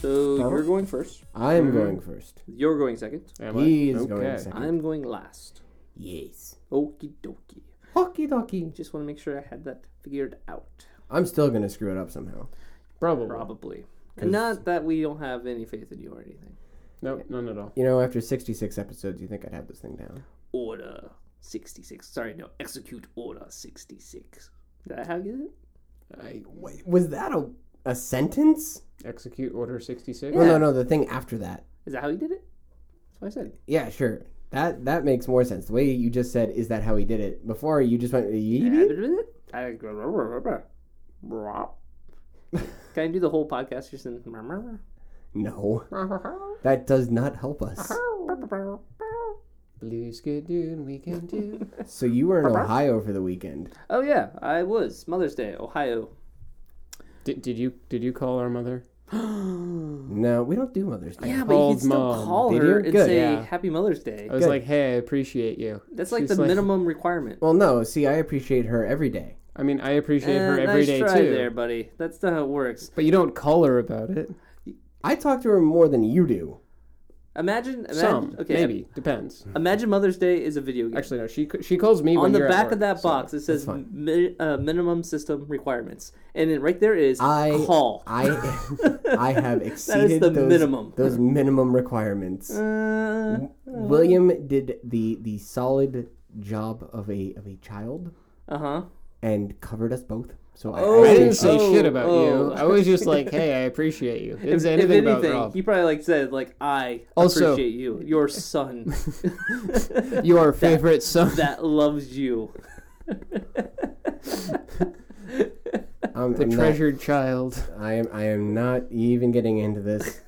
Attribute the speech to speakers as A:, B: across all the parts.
A: So
B: No.
A: you're going first.
B: I am
C: Mhm.
B: going first.
A: You're going second.
C: Am I?
B: He is going
C: Okay.
B: 2nd
A: I'm going last.
B: yes.
A: Okie dokie.
B: Hockey dokie.
A: Just want to make sure I had that figured out.
B: I'm still gonna screw it up somehow.
C: Probably.
A: Probably. And not that we don't have any faith in you or anything.
C: Nope, none at all.
B: You know, after 66 episodes, you think I'd have this thing down?
A: Order 66. Sorry, no. Execute Order 66. Is that how you did it?
C: I
B: Wait, was that a a sentence?
C: execute order 66.
B: No,
A: Yeah.
B: no, no. The thing after that.
A: Is that how you did it? That's what I said.
B: Yeah, sure. That that makes more sense. The way you just said is that how he did it. Before you just went. "Yeet?"
A: I Can I do the whole podcast just in?
B: No, that does not help us.
C: Blue Skadoon, we can do.
B: So you were in Ohio for the weekend.
A: Oh yeah, I was Mother's Day, Ohio.
C: did, did you did you call our mother?
B: No, we don't do Mother's Day.
A: Yeah, but you
C: Called
A: could still
C: Mom.
A: call
B: Did
A: her
B: you?
A: and
B: Good.
A: say
C: Yeah.
A: Happy Mother's Day.
C: I was
B: Good.
C: like, hey, I appreciate you.
A: That's like
C: She's
A: the minimum requirement.
B: Well, no. See, I appreciate her every day.
C: I mean, I appreciate her
A: Eh,
C: every
A: nice
C: day
A: try
C: too.
A: there, buddy. That's not how it works.
C: But you don't call her about it.
B: I talk to her more than you do.
A: Imagine, imagine
C: Some,
A: okay,
C: maybe, depends.
A: Imagine Mother's Day is a video game.
C: Actually, no. She she calls me
A: on
C: when
A: the
C: you're at
A: back
C: work,
A: of that
C: so-
A: box, it says mi- uh, minimum system requirements, and then right there is
B: I
A: call.
B: I I have exceeded
A: the
B: those,
A: minimum.
B: those minimum requirements.
A: Uh,
B: William did the the solid job of a of a child
A: uh huh.
B: and covered us both. So I,
A: Oh,
B: I
C: I didn't
B: appreciate-
C: say
A: Oh,
C: shit about
A: oh.
C: you. I was just like, hey, I appreciate you. Didn't say anything, about Rob.
A: he probably like said like I
C: Also-
A: appreciate you, your son
C: Your favorite son.
A: that loves you.
B: I'm,
C: The
B: I'm
C: treasured child.
B: Not, I am I am not even getting into this.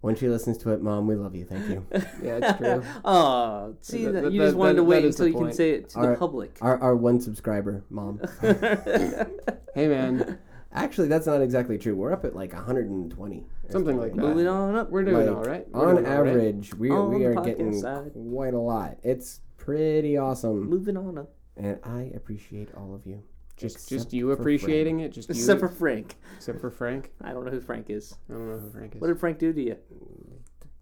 B: when she listens to it, Mom, we love you. Thank you.
C: Yeah, it's true.
A: Oh, see,
C: That-
A: that,
C: that-
A: you
C: that-
A: just wanted
C: that-
A: to wait
C: that is the
A: until you can
C: point.
A: say it to the
B: Alright.
A: public.
B: Our our one subscriber, Mom.
C: hey, man.
B: Actually, that's not exactly true. We're up at like 120.
C: Something like that.
A: Moving on up,
C: We're
A: we're
C: doing
B: Like,
C: all right. We're
B: On
C: doing all right. Oh,
B: average, we
A: On
B: we
A: the
B: are
A: podcast
B: getting
A: side.
B: quite a lot. It's pretty awesome,
A: moving on up.
B: and I appreciate all of you.
C: Just,
B: Except
C: just you
B: for
C: appreciating it. Just you,
A: Except for Frank,
C: except for Frank.
A: I don't know who Frank is.
C: I don't know who Frank is.
A: What did Frank do to you?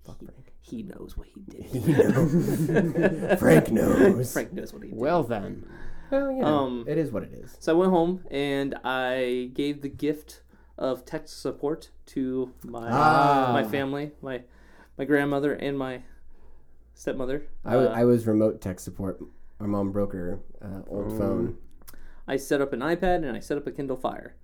B: Fuck Frank.
A: He knows what he did.
B: You know. Frank knows.
A: Frank knows what he did.
C: well then,
B: Well, you know,
A: Um,
B: it is what it is.
A: So I went home and I gave the gift of tech support to my
B: Ah.
A: my family, my my grandmother and my stepmother.
B: I wa-
A: Uh,
B: I was remote tech support. Our mom broke her uh, old
C: Mm,
B: phone.
A: I set up an iPad and I set up a Kindle Fire.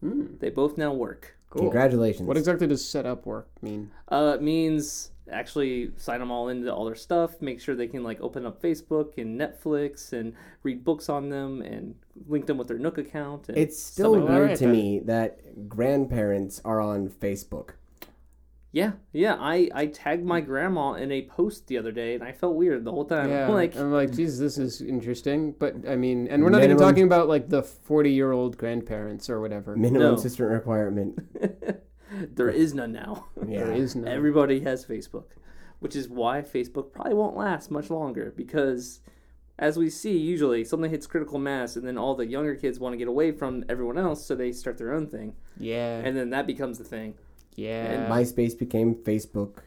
A: They both now work.
C: cool.
B: Congratulations.
C: What exactly does set up work mean?
A: Uh, it means actually sign them all into all their stuff, make sure they can like open up Facebook and Netflix and read books on them and link them with their Nook account. And
B: it's
A: stuff
B: still
A: like that.
B: weird
C: Alright
B: to
C: then.
B: me that grandparents are on Facebook.
A: Yeah, yeah. I I tagged my grandma in a post the other day, and I felt weird the whole time.
C: Yeah,
A: Um,
C: Oh.
A: like,
C: I'm like, geez, this is interesting. But I mean, and we're not even
B: Minimum-
C: talking about like the 40 year old grandparents or whatever.
B: Minimum
A: No.
B: system requirement.
A: there is none now.
C: There
B: Yeah.
C: is no.
A: Everybody has Facebook, which is why Facebook probably won't last much longer because, as we see, usually something hits critical mass, and then all the younger kids want to get away from everyone else, so they start their own thing,
C: yeah,
A: and then that becomes the thing.
C: yeah.
B: MySpace became Facebook.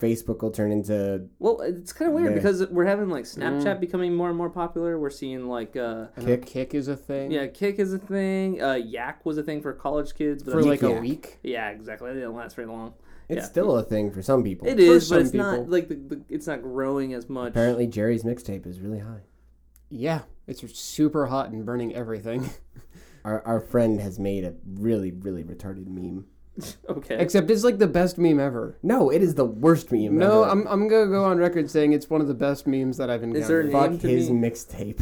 B: Facebook will turn into
A: Well, it's kind of weird
B: Yeah.
A: because we're having like
C: Mm.
A: Snapchat becoming more and more popular. We're seeing like. uh
C: I know
B: Kick.
C: kick is a thing.
A: yeah, Kick is a thing. Uh, Yak was a thing for college kids, but
C: for
A: I'm-
C: like a
B: Yak.
C: week.
A: yeah, exactly. They didn't last very long.
B: It's
A: Yeah.
B: still a thing for some people.
A: It is,
C: some
A: but it's
C: people.
A: not like the, the, it's not growing as much.
B: Apparently, Jerry's mixtape is really high.
C: Yeah, it's super hot and burning everything.
B: Our, our friend has made a really, really retarded meme.
A: Okay.
C: Except it's like the best meme ever.
B: No, it is the worst meme.
C: No,
B: ever.
C: I'm, I'm gonna go on record saying it's one of the best memes that I've encountered.
A: Is there a
B: fuck
A: name to
B: his
A: me?
B: mixtape.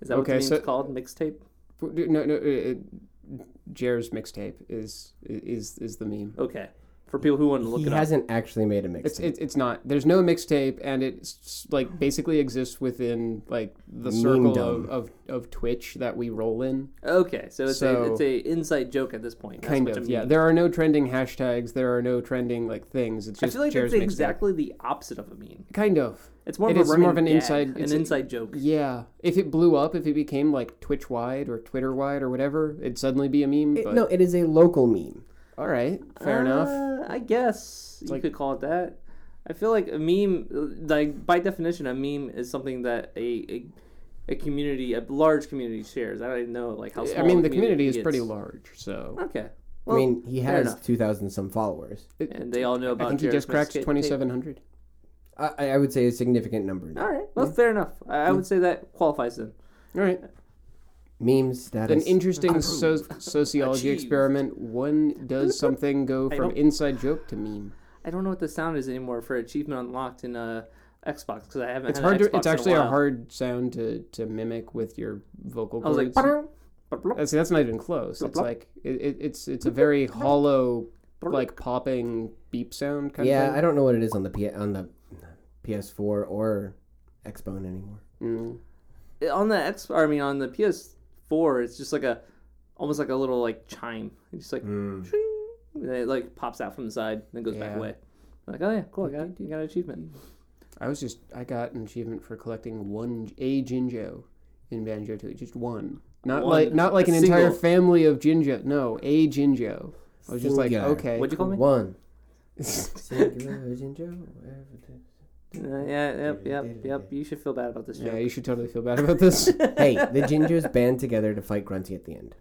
A: Is that what
C: Okay,
A: the name's
C: so-
A: called? Mixtape.
C: No, no. uh, uh, Jer's mixtape is is is the meme.
A: Okay. For people who want to look
B: He
A: it up.
B: hasn't actually made a
C: It's
B: mixtape.
C: it, it's not. There's no mixtape, and it's like basically exists within like the circle
B: Meme-dom.
C: of, of of Twitch that we roll in.
A: Okay, so it's
C: So-
A: a it's a inside joke at this point. That's
C: Kind
A: what
C: of.
A: I
C: Yeah.
A: mean.
C: There are no trending hashtags. There are no trending like things. It's
A: I
C: just
A: feel like
C: Jer's
A: it's
C: mixtape.
A: exactly the opposite of a meme.
C: Kind of.
A: It's more
C: It
A: of a
C: is more of
A: running
C: an
A: gag,
C: inside- it's a-
A: an inside joke.
C: Yeah. If it blew up, if it became like Twitch wide or Twitter wide or whatever, it'd suddenly be a meme.
B: It-
C: but
B: no, it is a local meme.
C: All right, fair enough.
A: Uh, I guess you
C: like-
A: could call it that. I feel like a meme, like by definition, a meme is something that a a, a community, a large community shares. I don't know like how. Small
C: I mean, the
A: community
C: community is pretty
A: gets.
C: large, so
A: Okay. Well,
B: I mean, he
A: fair
B: has
A: enough.
B: two thousand some followers.
A: and they all know about.
C: I think he
A: Jared
C: just cracked
A: Smith's
C: twenty
A: tape.
C: seven hundred.
B: I, I would say a significant number. now.
A: All right. Well, fair enough. I, I would say that qualifies them.
C: All right,
B: Memes
C: an
B: status.
C: interesting so- sociology
A: Achieved.
C: experiment. One does something go from
A: don't-
C: inside joke to meme.
A: I don't know what the sound is anymore for achievement unlocked in uh, Xbox because I haven't.
C: It's
A: had an
C: hard. To,
A: Xbox
C: it's
A: in
C: actually
A: a,
C: a
A: while.
C: hard sound to, to mimic with your vocal
A: I was
C: cords. Uh,
A: like. "Ba-dum, ba-blum."
C: That's- that's not even close. It's like it, it, it's it's a very hollow, like popping beep sound kind
B: yeah,
C: of
B: I don't know what it is on the P- on the PS4 or Xbone anymore.
C: thing.
A: on the X, I mean on the PS4, it's just like a almost like a little like chime. It's just like "Ching," and it like pops out from the side and then goes back
C: Mm. Yeah.
A: away. I'm like oh yeah, cool, I got you got an achievement.
C: I was just I got an achievement for collecting one a Jinjo in Banjo Tooie, just one. Not
A: One.
C: like not like
A: A
C: an entire
A: single.
C: family of Jinjo. No, a Jinjo. I was just like,
B: Singular.
C: okay.
A: What'd you call me?
B: One.
C: cool.
B: Singular ginger, whatever it
A: Uh, yeah, yep, yep, yep. You should feel bad about this.
C: yeah,
A: Yeah,
C: you should totally feel bad about this.
B: is. hey, the gingers band together to fight Grunty at the end.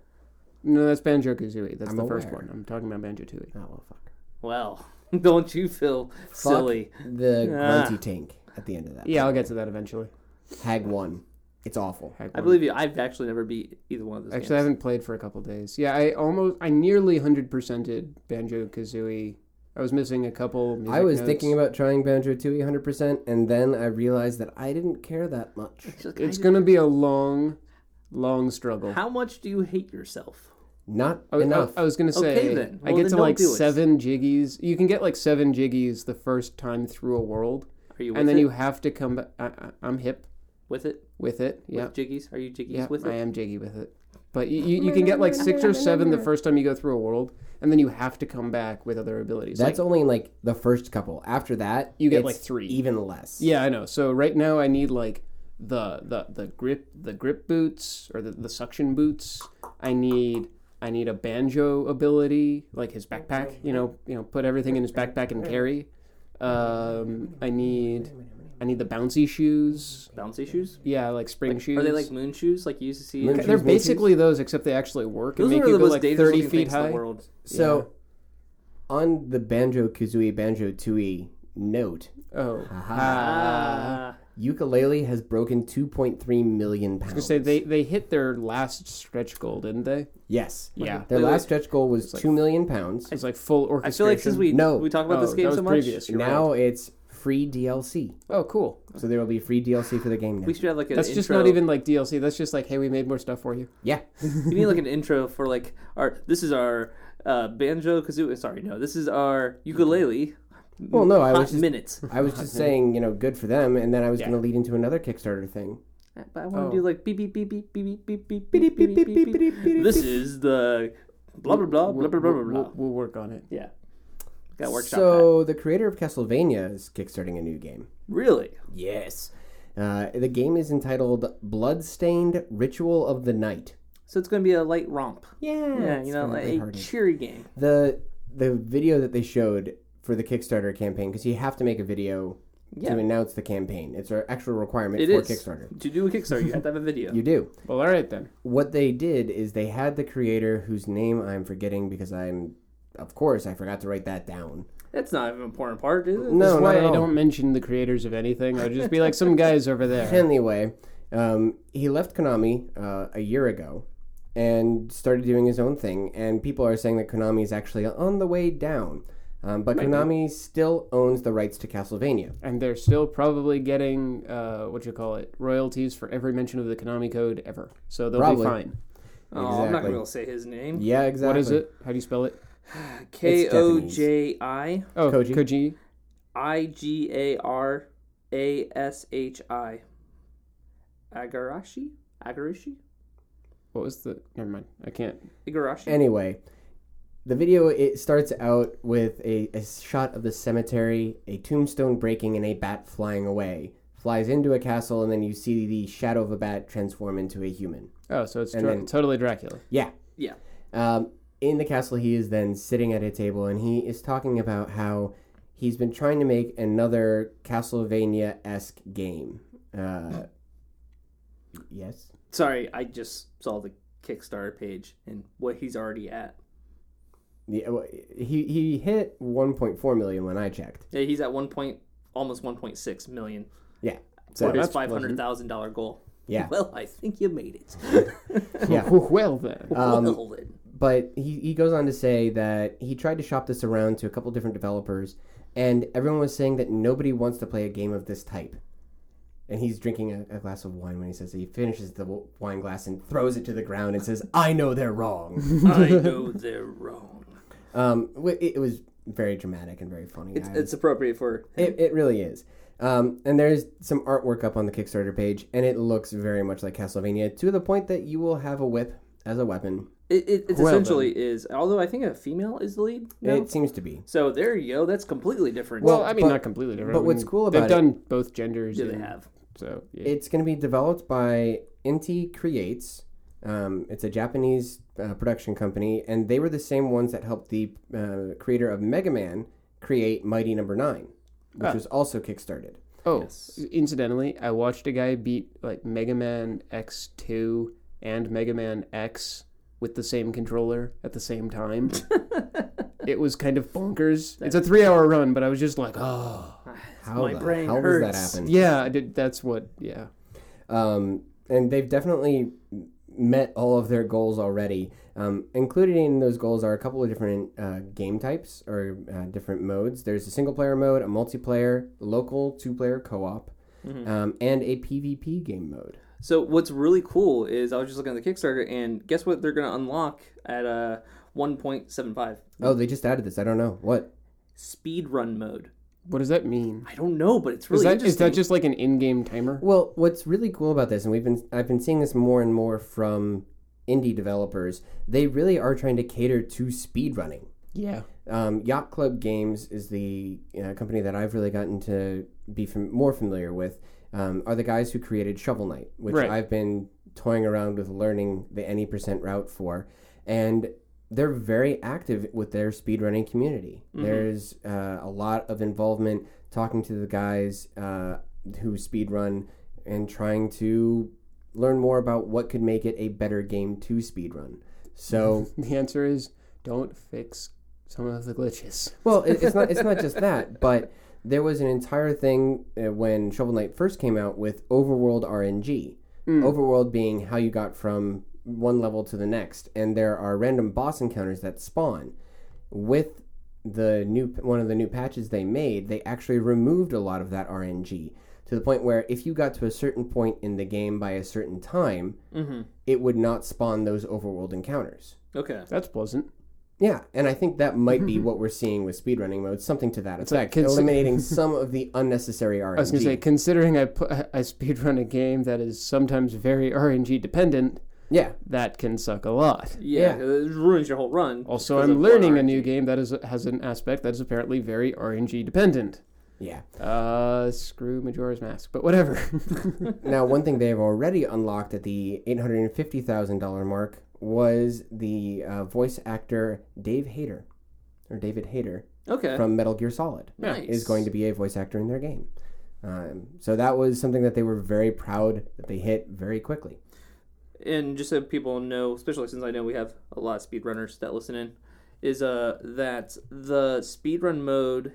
C: no, that's Banjo Kazooie. That's
B: I'm
C: the first
B: aware.
C: one. I'm talking about Banjo Tooie.
B: Oh well, fuck.
A: well, don't you feel silly?
B: The
A: Ah.
B: Grunty tank at the end of that.
C: Yeah, I'll get to that eventually.
B: Hag one. It's awful.
C: Heck,
A: I
C: one.
A: believe you. I've actually never beat either one of those.
C: Actually, I
A: games.
C: haven't played for a couple days. Yeah, I almost, I nearly hundred percented Banjo Kazooie. I was missing a couple. Music
B: I was
C: notes.
B: thinking about trying Banjo Tooie 100%, and then I realized that I didn't care that much.
A: It's just like, I
C: it's
A: just-
C: going to be a long, long struggle.
A: How much do you hate yourself?
B: Not
C: I, was- I-
B: enough.
C: I was going to say,
A: Okay, then.
C: I
A: Well, then
C: get to
A: don't
C: like
A: do it.
C: seven jiggies. You can get like seven jiggies the first time through a world,
A: Are you with
C: and then
A: it?
C: you have to come. back. I, I, I'm hip
A: with it?
C: with it. Yeah,
A: With jiggies? Are you jiggies
C: yeah,
A: with
C: I
A: it?
C: am jiggy with it. But you, you, you can get like six or seven the first time you go through a world, and then you have to come back with other abilities. Like,
B: That's only in like the first couple. After that,
C: You get,
B: it's
C: like, three.
B: even less.
C: Yeah, I know. So right now I need like the the the grip the grip boots or the, the suction boots. I need I need a banjo ability, like his backpack. You know, you know, put everything in his backpack and carry. Um, I need I need the bouncy shoes.
A: Bouncy shoes?
C: Yeah, like spring shoes.
A: Are they like moon shoes? Like you used to see?
B: Moon
C: They're
B: shoes, moon
C: basically those, except they actually work and
A: Those
C: make
A: are
C: you
A: the
C: go
A: most
C: like
A: dangerous
C: thirty
A: looking
C: feet
A: things in
C: high.
A: the world.
B: So, on the Banjo Kazooie Banjo Tooie note,
C: Oh, Ah.
A: Ah.
B: ukulele has broken 2.3 million
C: I was
B: pounds.
C: gonna say they they hit their last stretch goal, didn't they?
B: yes.
C: Yeah,
B: Their
A: Wait,
B: last
A: wait.
B: stretch goal was 2 million pounds.
C: it's like full
A: I
C: orchestration.
A: feel like since we
B: No.
A: we talk about
C: Oh,
A: this
C: that
A: game
C: was
A: so much,
C: previous. You're
B: Now it's free DLC.
C: oh cool.
B: So there will be free DLC for the game now.
A: we should have like an
C: That's
A: intro.
C: just not even like DLC. That's just like, hey, we made more stuff for you.
B: yeah.
A: you need like an intro for like our this is our uh, banjo kazooie. Sorry, no, this is our ukulele.
B: Well, no, I
A: hot
B: was just-
A: minutes.
B: I was just saying, you know, good for them, and then I was
C: Yeah.
B: going to lead into another Kickstarter thing.
A: But I want
C: Oh.
A: to do like beep beep beep beep beep beep beep beep beep beep beep. beep, beep. This is the blah blah blah blah
C: We'll-
A: Oh, blah blah blah.
C: we'll-
A: blah.
C: We'll, we'll work on it.
A: Yeah, got workshop. that.
B: So the creator of Castlevania is kickstarting a new game.
A: really,
B: Yes. Uh, the game is entitled Bloodstained Ritual of the Night.
A: so it's gonna be a light romp.
B: Yeah,
A: Yeah,
B: it's
A: you know,
B: kinda
A: like a
B: lighthearted.
A: cheery game.
B: the the video that they showed for the Kickstarter campaign because you have to make a video
A: Yeah.
B: to announce the campaign. It's an actual requirement
A: It
B: for
A: is.
B: Kickstarter.
A: To do a Kickstarter, you have to have a video.
B: You do.
C: Well, all right then.
B: What they did is they had the creator whose name I'm forgetting because I'm, of course, I forgot to write that down.
A: That's not an important part, is it?
B: No,
C: That's
B: not
C: why
B: at
C: I
B: all.
C: don't mention the creators of anything. I'd just be like some guys over there.
B: Anyway, um, he left Konami uh, a year ago and started doing his own thing. And people are saying that Konami is actually on the way down. Um, but Konami still owns the rights to Castlevania.
C: And they're still probably getting uh, what you call it royalties for every mention of the Konami code ever. So they'll
B: Probably.
C: be fine.
A: Oh, I'm not gonna
B: Exactly.
A: be able to say his name.
B: Yeah, exactly.
C: What is it? How do you spell it?
A: K O J I
C: Oh,
B: Koji.
C: Koji.
A: I G A R A S H I. Agarashi? Agarashi?
C: What was the? Never mind. I can't.
A: Igarashi?
B: Anyway, the video it starts out with a, a shot of the cemetery, a tombstone breaking, and a bat flying away. Flies into a castle, and then you see the shadow of a bat transform into a human.
C: Oh, so it's
B: And
C: dra-
B: then-
C: totally Dracula.
B: Yeah.
A: yeah.
B: Um, in the castle, he is then sitting at a table and he is talking about how he's been trying to make another Castlevania esque game. Uh, yes.
A: Sorry, I just saw the Kickstarter page and what he's already at.
B: Yeah, well, he he hit 1.4 million when I checked.
A: Yeah, he's at one point, almost one point six million
B: Yeah.
A: for his
C: that's
A: five hundred thousand dollar goal.
B: Yeah. Um,
A: Well, I think you made it.
B: Yeah.
C: well then.
B: Um,
A: well then.
B: but he, he goes on to say that he tried to shop this around to a couple different developers, and everyone was saying that nobody wants to play a game of this type. And he's drinking a, a glass of wine when he says that he finishes the w- wine glass and throws it to the ground and says, I know they're wrong.
A: I know they're wrong.
B: um, w- it, it was very dramatic and very funny. I-
A: It's appropriate for
B: It, it really is. Um, and there's some artwork up on the Kickstarter page, and it looks very much like Castlevania to the point that you will have a whip as a weapon.
A: it. It, it
C: Well then.
A: essentially is, although I think a female is the lead. now.
B: It seems to be.
A: so there you go. That's completely different.
C: Well, I mean,
B: but-
C: not completely different.
B: but
C: I mean,
B: what's cool about
C: they've
B: it-
C: done both genders.
A: do they
C: in-
A: have?
C: So yeah.
B: It's going to be developed by Inti Creates. Um, it's a Japanese uh, production company, and they were the same ones that helped the uh, creator of Mega Man create Mighty Number Nine, which was also kickstarted.
C: oh,
A: Yes.
C: incidentally, I watched a guy beat like Mega Man X two and Mega Man X with the same controller at the same time. it was kind of bonkers. It's a three hour run, but I was just like, oh
B: How
A: My
B: the
A: brain
B: hell does
A: hurts.
B: that happen?
C: yeah, I did. That's what yeah.
B: um, and they've definitely met all of their goals already. Um, included in those goals are a couple of different uh, game types or uh, different modes. There's a single player mode, a multiplayer, local two player co op, um, and a PvP game mode.
A: So what's really cool is I was just looking at the Kickstarter, and guess what? They're going to unlock at uh, one point seven five
B: Oh, they just added this. I don't know what.
A: speed run mode.
C: What does that mean?
A: I don't know, but it's
C: Is
A: really
C: that is
A: interesting.
C: that just like an in game timer?
B: Well, what's really cool about this, and we've been I've been seeing this more and more from indie developers. They really are trying to cater to speedrunning.
C: Yeah.
B: um, Yacht Club Games is the uh, company that I've really gotten to be fam- more familiar with. Um, are the guys who created Shovel Knight, which
C: Right.
B: I've been toying around with learning the any percent route for, and they're very active with their speedrunning community. There's uh, a lot of involvement talking to the guys uh, who speedrun and trying to learn more about what could make it a better game to speedrun. So.
C: The answer is don't fix some of the glitches.
B: Well, it, it's not it's not just that, but there was an entire thing uh, when Shovel Knight first came out with overworld RNG. Overworld being how you got from one level to the next, and there are random boss encounters that spawn. With the new one of the new patches they made, they actually removed a lot of that RNG to the point where if you got to a certain point in the game by a certain time, it would not spawn those overworld encounters.
A: Mm-hmm. okay?
C: That's pleasant.
B: Yeah, and I think that might be what we're seeing with speedrunning mode, something to that
C: like
B: effect,
C: consi-
B: eliminating some of the unnecessary RNG.
C: I was gonna say, considering I pu- I speedrun a game that is sometimes very RNG dependent,
B: yeah,
C: that can suck a lot.
A: Yeah,
B: Yeah.
A: it ruins your whole run.
C: Also,
A: because
C: I'm
A: of
C: learning a
A: RNG.
C: new game that is has an aspect that is apparently very RNG dependent.
B: yeah.
C: Uh, screw Majora's Mask, but whatever.
B: Now, one thing they have already unlocked at the eight hundred and fifty thousand dollar mark was the uh, voice actor Dave Hayter, or David Hayter
C: Uh,
A: Okay,
B: from Metal Gear Solid,
A: nice.
B: is going to be a voice actor in their game. Um, so that was something that they were very proud that they hit very quickly.
A: and just so people know, especially since I know we have a lot of speedrunners that listen in, is uh that the speedrun mode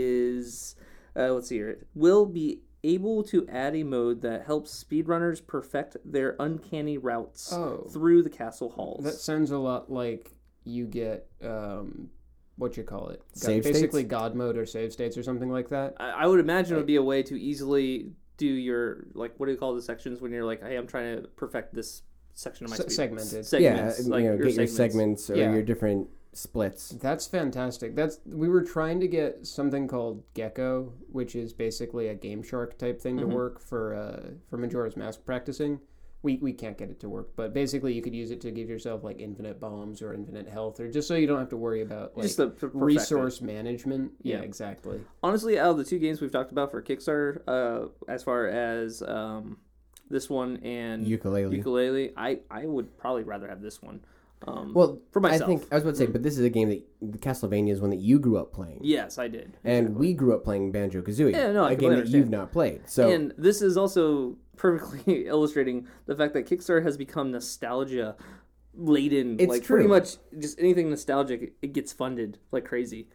A: is uh, let's see here will be able to add a mode that helps speedrunners perfect their uncanny routes
C: Oh.
A: through the castle halls.
C: that sounds a lot like you get um, what you call it, God-
B: Save
C: basically
B: states?
C: God mode or save states or something like that.
A: I, I would imagine it would be a way to easily do your like what do you call the sections when you're like, hey, I'm trying to perfect this section of my
C: Se-
A: speed.
C: segmented.
A: segments,
B: yeah,
A: like
B: you
A: your
B: know, get your
A: segments.
B: segments or
C: Yeah.
B: your different splits.
C: That's fantastic. That's we were trying to get something called Gecko, which is basically a Game Shark type thing
A: Mm-hmm.
C: to work for uh, for Majora's Mask practicing. We we can't get it to work, but basically you could use it to give yourself like infinite bombs or infinite health, or just so you don't have to worry about like
A: Just the to perfect it.
C: resource management. Yeah,
A: Yeah.
C: exactly.
A: honestly out of the two games we've talked about for kickstarter uh as far as um this one and
B: Ukulele.
A: ukulele i i would probably rather have this one Um,
B: Well,
A: for myself,
B: I think I was about to say, but this is a game that Castlevania is one that you grew up playing,
A: yes, I did.
B: and we grew up playing Banjo Kazooie,
A: Yeah, no, I
B: a game
A: completely
B: that
A: understand.
B: you've not played. So
A: And this is also perfectly illustrating the fact that Kickstarter has become nostalgia laden.
B: It's
A: like
B: true.
A: pretty much just anything nostalgic, it gets funded like crazy.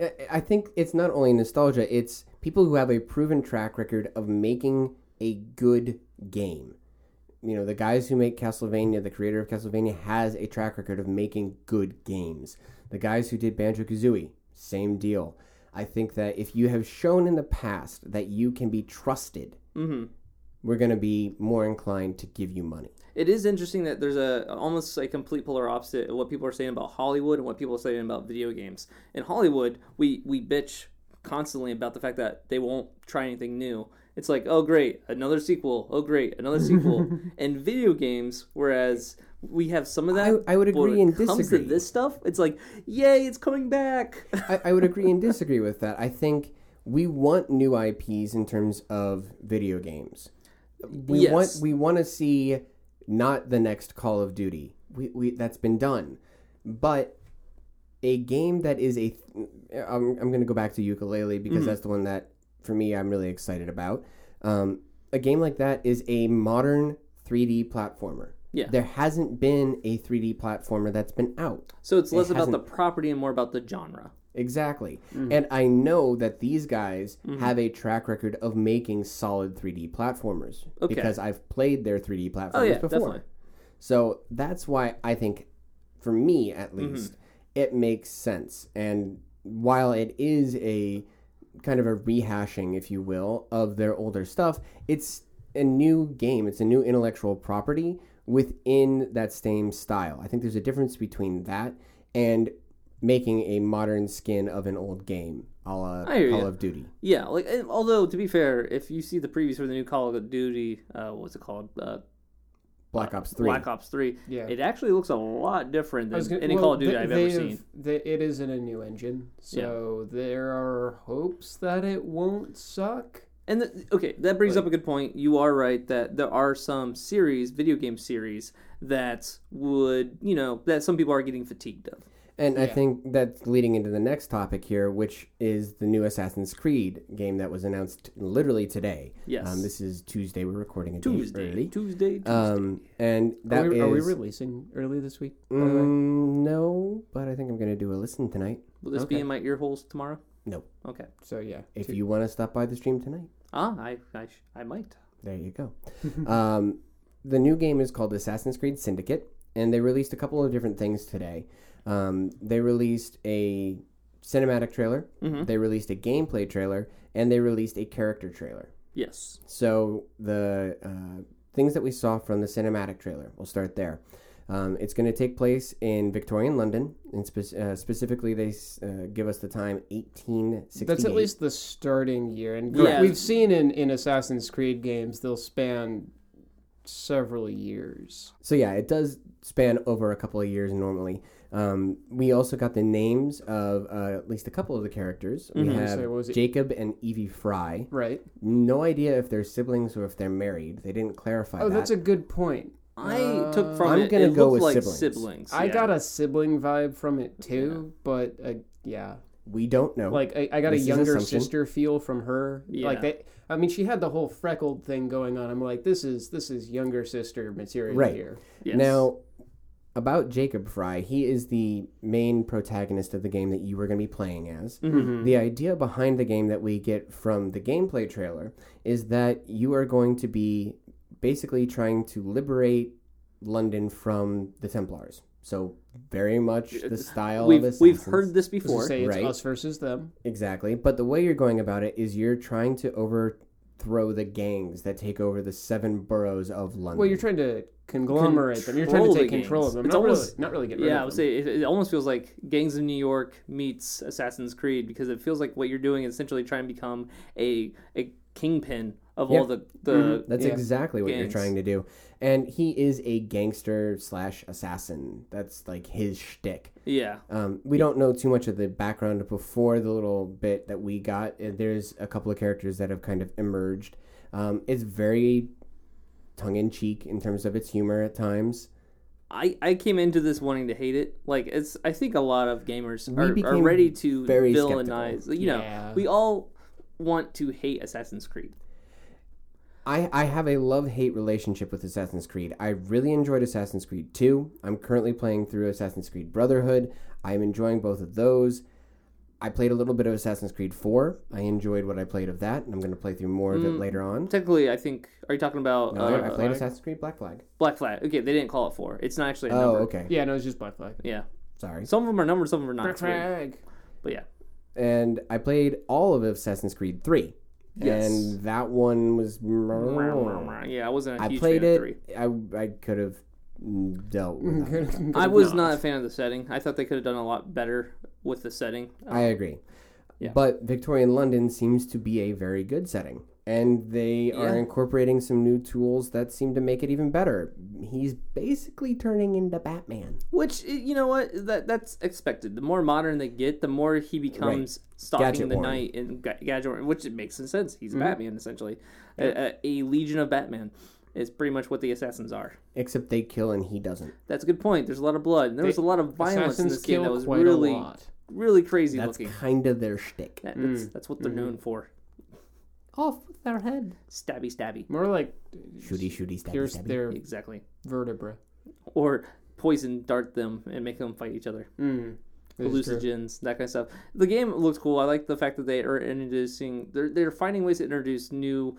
B: I- I think it's not only nostalgia, it's people who have a proven track record of making a good game. You know, the guys who make Castlevania, the creator of Castlevania, has a track record of making good games. The guys who did Banjo Kazooie, same deal. I think that if you have shown in the past that you can be trusted,
A: hmm
B: we're going to be more inclined to give you money.
A: It is interesting that there's a almost a complete polar opposite of what people are saying about Hollywood and what people are saying about video games. In Hollywood, we we bitch constantly about the fact that they won't try anything new. It's like, oh great, another sequel. Oh great, another sequel. and video games, whereas we have some of that.
B: I, I would
A: but when
B: agree and
A: it comes
B: disagree.
A: to this stuff, it's like, yay, it's coming back.
B: I, I would agree and disagree with that. I think we want new IPs in terms of video games. We
A: Yes.
B: want we want to see not the next Call of Duty. We, we that's been done, but a game that is a. I'm I'm gonna go back to ukulele because
A: Mm-hmm.
B: that's the one that for me I'm really excited about. Um, a game like that is a modern 3D platformer.
A: Yeah.
B: There hasn't been a 3D platformer that's been out.
A: so it's less about the
B: hasn't-
A: property and more about the genre.
B: Exactly.
A: Mm.
B: And I know that these guys
A: Mm-hmm.
B: have a track record of making solid 3D platformers
A: Okay.
B: because I've played their 3D platformers
A: Oh yeah,
B: before.
A: definitely.
B: So that's why I think, for me at
A: Mm-hmm.
B: least, it makes sense. And while it is a kind of a rehashing, if you will, of their older stuff, it's a new game, it's a new intellectual property within that same style. I think there's a difference between that and making a modern skin of an old game a la
A: I hear
B: Call
A: ya.
B: of Duty.
A: Yeah, like and although to be fair, if you see the previews for the new Call of Duty, uh, what's it called? Uh,
B: Black Ops 3.
A: Black Ops Three.
C: Yeah.
A: It actually looks a lot different
C: I
A: than
C: was gonna-
A: any
C: well,
A: Call of Duty
C: they-
A: I've
C: they
A: ever
C: have-
A: seen.
C: they- it is in a new engine, so there are hopes that it won't suck.
A: And the, okay, that brings up a good point. You are right that there are some series, video game series, that would you know that some people are getting fatigued of.
B: And I think that's leading into the next topic here, which is the new Assassin's Creed game that was announced literally today.
A: Yes.
B: Um, this is Tuesday. We're recording a day
A: Tuesday,
B: early.
A: Tuesday, Tuesday.
B: Um, and that
C: are,
B: is
C: we, are we releasing early this week? by the way?
B: Mm, no, but I think I'm gonna do a listen tonight.
A: Will this be in my ear holes tomorrow?
B: No,
A: Okay.
C: So yeah,
B: if you want to stop by the stream tonight,
A: Ah, I I, sh- I might.
B: there you go. um, the new game is called Assassin's Creed Syndicate, and they released a couple of different things today. Um, they released a cinematic trailer,
C: Mm-hmm.
B: they released a gameplay trailer, and they released a character trailer.
A: Yes.
B: So the uh, things that we saw from the cinematic trailer, we'll start there. Um, it's going to take place in Victorian London, and spe- uh, specifically, they s- uh, give us the time 1868.
C: that's at least the starting year, and
A: Correct.
C: we've seen in in Assassin's Creed games they'll span several years.
B: So yeah, it does span over a couple of years normally. Um, we also got the names of uh, at least a couple of the characters. We have
C: Mm-hmm. So what was it?
B: Jacob and Evie Fry.
C: Right.
B: No idea if they're siblings or if they're married. They didn't clarify
C: Oh,
B: that.
C: that's a good point.
A: I
C: Uh,
A: took from
B: I'm
A: it.
B: gonna
A: it
B: go
A: looked
B: with
A: like
B: siblings.
A: siblings.
C: I
A: yeah.
C: got a sibling vibe from it too, but uh, yeah,
B: we don't know.
C: like I, I got
B: Oh. This
C: a
B: is
C: younger
B: assumption.
C: sister feel from her.
A: Yeah.
C: Like they, I mean, she had the whole freckled thing going on. I'm like, this is this is younger sister material
B: Right.
C: here.
A: Yes.
B: Now, about Jacob Fry, he is the main protagonist of the game that you were going to be playing as.
A: Mm-hmm.
B: Mm-hmm. The idea behind the game that we get from the gameplay trailer is that you are going to be basically trying to liberate London from the Templars. So, very much the style of
A: we've
B: Assassin's
A: we've heard this
C: To
A: before.
C: say it's
B: right.
C: us versus them.
B: Exactly. But the way you're going about it is you're trying to overthrow the gangs that take over the seven boroughs of London.
C: Well, you're trying to conglomerate them. You're trying to
A: Control the
C: take control
A: gangs.
C: of them.
A: It's
C: not
A: almost-
C: really, not really get rid
A: Yeah, I
C: of
A: would
C: them.
A: say it, it almost feels like Gangs of New York meets Assassin's Creed because it feels like what you're doing is essentially trying to become a a kingpin of all the the
B: That's
C: Yeah.
B: exactly what you're
A: Gangs.
B: trying to do. And he is a gangster slash assassin. That's like his shtick.
A: yeah.
B: Um, we don't know too much of the background before the little bit that we got. Uh, There's a couple of characters that have kind of emerged. Um, it's very tongue in cheek in terms of its humor at times.
A: I, I came into this wanting to hate it. Like it's I think a lot of gamers
B: We
A: are, are
B: became
A: ready to
B: very
A: villainize. You know,
C: Yeah.
A: we all want to hate Assassin's Creed.
B: I, I have a love hate relationship with Assassin's Creed. I really enjoyed Assassin's Creed 2. I'm currently playing through Assassin's Creed Brotherhood. I'm enjoying both of those. I played a little bit of Assassin's Creed 4. I enjoyed what I played of that, and I'm going to play through more of it later on.
A: Technically, I think are you talking about
B: No,
A: uh,
B: I, I played Assassin's Creed Black Flag.
A: Black Flag? Okay, they didn't call it four. It's not actually a
B: Oh,
A: number.
B: okay.
C: Yeah, no, it's just Black Flag.
A: Yeah,
B: Sorry.
A: some of them are numbered, some of them are not.
C: Black
A: It's weird.
C: Flag.
A: But yeah,
B: And I played all of Assassin's Creed 3.
A: Yes.
B: And that one was.
A: yeah, I wasn't. A
B: I
A: huge
B: played
A: fan of
B: it.
A: three.
B: I, I could have dealt with that.
A: I was not a fan of the setting. I thought they could have done a lot better with the setting.
B: I agree.
A: Yeah.
B: But Victorian London seems to be a very good setting. And they
A: Yeah.
B: are incorporating some new tools that seem to make it even better. He's basically turning into Batman.
A: Which i- you know what that that's expected. The more modern they get, the more he becomes stalking
B: Gadget
A: the
B: Warren.
A: night and ga- gadget, Warren, which it makes some sense. He's
C: Mm-hmm.
A: Batman essentially, a, a, a legion of Batman is pretty much what the assassins are.
B: Except they kill and he doesn't.
A: That's a good point. There's a lot of blood. And there was a lot of violence in
C: Assassins
A: this game that
C: kill
A: was
C: quite a
A: really,
C: lot. mm.
A: really crazy
B: That's
A: looking.
B: kind of their shtick.
A: That- that's, that's what they're
C: Mm-hmm.
A: known for.
C: Off with their head.
A: Stabby, stabby.
C: More like
A: uh,
B: Shooty, shooty, stabby,
C: pierce
B: stabby.
C: their
A: Exactly.
C: vertebra.
A: Or poison dart them and make them fight each other.
C: Mm. This is true.
A: hallucinogens, that kind of stuff. The game looks cool. I like the fact that they are introducing they're they're finding ways to introduce new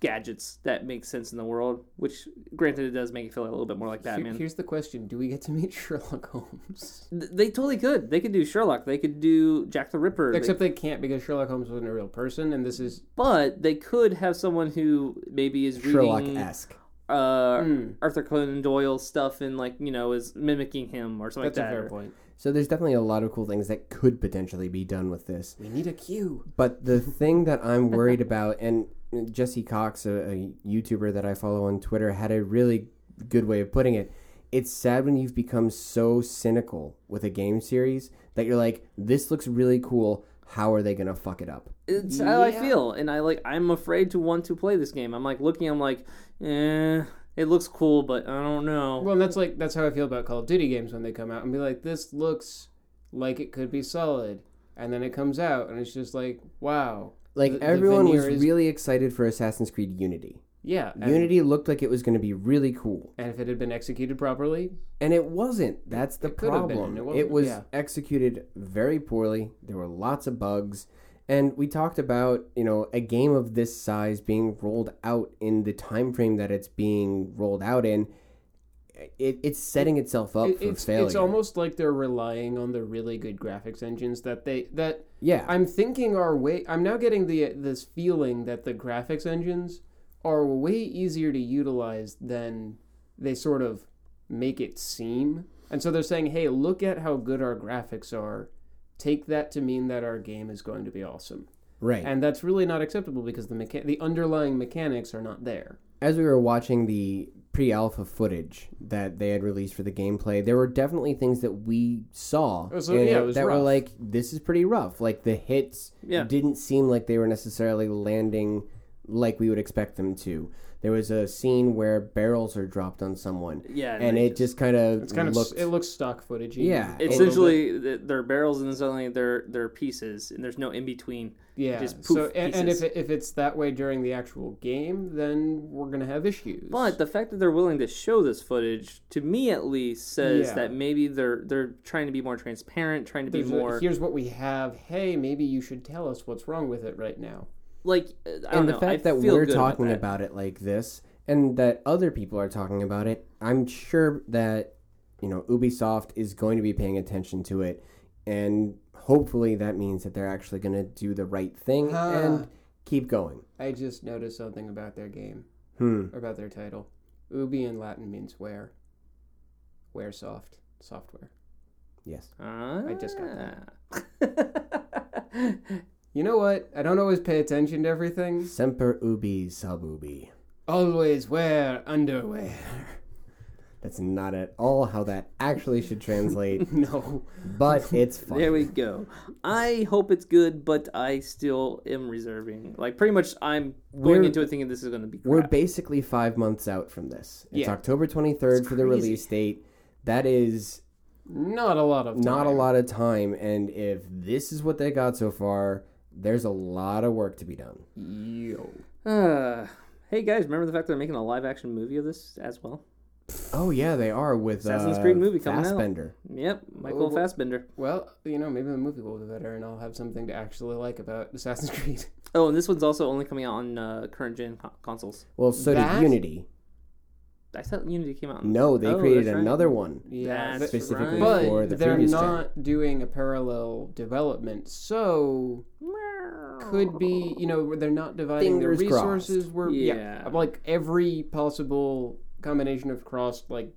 A: gadgets that make sense in the world. Which, granted, it does make it feel a little bit more like
C: Here-
A: Batman.
C: Here's the question: Do we get to meet Sherlock Holmes?
A: Th- They totally could. They could do Sherlock. They could do Jack the Ripper. They-
C: Except they can't because Sherlock Holmes wasn't a real person, and this is
A: but they could have someone who maybe is
B: Sherlock
A: reading
B: esque.
A: uh,
C: Hmm.
A: Arthur Conan Doyle stuff and like you know is mimicking him or something
C: that's a
A: like that.
C: fair
A: or-
C: point.
B: So there's definitely a lot of cool things that could potentially be done with this.
C: We need a cue.
B: But the thing that I'm worried about, and Jesse Cox, a, a YouTuber that I follow on Twitter, had a really good way of putting it. It's sad when you've become so cynical with a game series that you're like, this looks really cool. How are they going to fuck it up?
A: It's how I
C: Yeah.
A: feel, and I like. I'm afraid to want to play this game. I'm like looking. I'm like, eh, it looks cool, but I don't know.
C: Well, and that's like that's how I feel about Call of Duty games when they come out and be like, this looks like it could be solid, and then it comes out and it's just like, wow,
B: Like,
C: The- the
B: everyone was
C: veneer is-
B: really excited for Assassin's Creed Unity.
C: yeah. And,
B: Unity looked like it was going to be really cool.
C: and if it had been executed properly,
B: And it wasn't. That's the
C: could have been,
B: problem.
C: and it
B: it
C: wasn't.
B: was
C: Yeah.
B: executed very poorly. There were lots of bugs. And we talked about, you know, a game of this size being rolled out in the time frame that it's being rolled out in. It, it's setting itself up
C: it-
B: for
C: it's
B: failure.
C: it's almost like they're relying on the really good graphics engines that they that
B: yeah.
C: I'm thinking are way. I'm now getting the this feeling that the graphics engines are way easier to utilize than they sort of make it seem. And so they're saying, "Hey, look at how good our graphics are. Take that to mean that our game is going to be awesome."
B: right.
C: And that's really not acceptable because the mecha- the underlying mechanics are not there.
B: as we were watching the pre-alpha footage that they had released for the gameplay, there were definitely things that we saw
C: was-
B: in
C: yeah,
B: it
C: it was
B: that were
C: rough.
B: like, "This is pretty rough." Like the hits
A: Yeah.
B: didn't seem like they were necessarily landing like we would expect them to. There was a scene where barrels are dropped on someone,
A: Yeah,
B: and
A: they
B: it just kind of
C: It's kind of
B: looked
C: it looks stock footage.
B: Yeah.
A: It's
B: a little
A: essentially th- they're barrels and suddenly they're they're pieces, and there's no in between.
C: yeah.
A: just
C: so
A: poof
C: and, and
A: pieces.
C: if it, if it's that way during the actual game, then we're gonna have issues.
A: But the fact that they're willing to show this footage, to me at least, says
C: Yeah.
A: that maybe they're they're trying to be more transparent, trying to be
C: There's a-
A: more
C: here's what we have. Hey, maybe you should tell us what's wrong with it right now.
A: like. uh, I don't
B: and
A: know.
B: the fact
A: I
B: that
A: feel
B: we're
A: good
B: talking
A: about, that.
B: about, it like this and that other people are talking about it i'm sure that you know ubisoft is going to be paying attention to it and hopefully that means that they're actually going to do the right thing
C: Huh.
B: and keep going
C: I just noticed something about their game,
B: hmm
C: about their title. Ubi in Latin means where. Where soft software.
B: yes
A: Ah.
C: I just got
A: that.
C: You know what? I don't always pay attention to everything.
B: semper ubi sub ubi
C: Always wear underwear.
B: that's not at all how that actually should translate
C: no.
B: but it's fun
A: There we go. I hope it's good, but I still am reserving. Like pretty much, I'm going
B: We're-
A: into it thinking this is going to be crap.
B: We're basically five months out from this. It's
C: Yeah.
B: October 23rd for
A: crazy.
B: the release date. That is
C: Not a lot of time.
B: not a lot of time, and if this is what they got so far, there's a lot of work to be done.
C: Yo.
A: Uh, hey guys, remember the fact they're making a live action movie of this as well?
B: Oh yeah, they are with
A: Assassin's
B: uh,
A: Creed movie coming out.
B: Fassbender.
A: Yep, Michael
C: Oh, wh-
A: Fassbender.
C: Well, you know, maybe the movie will be better, and I'll have something to actually like about Assassin's Creed.
A: Oh, and this one's also only coming out on uh, current gen co- consoles.
B: Well, so
C: That-
B: did Unity.
A: I thought Unity came out. On
B: No, they
A: Oh,
B: created
A: that's right.
B: another one.
C: Yeah,
A: That's
C: but-
A: right.
B: specifically
C: but
B: for the
C: they're
B: previous
C: not doing a parallel development, so could be you know they're not dividing their
B: Fingers
C: resources. We're yeah.
A: Yeah.
C: like every possible combination of crossed like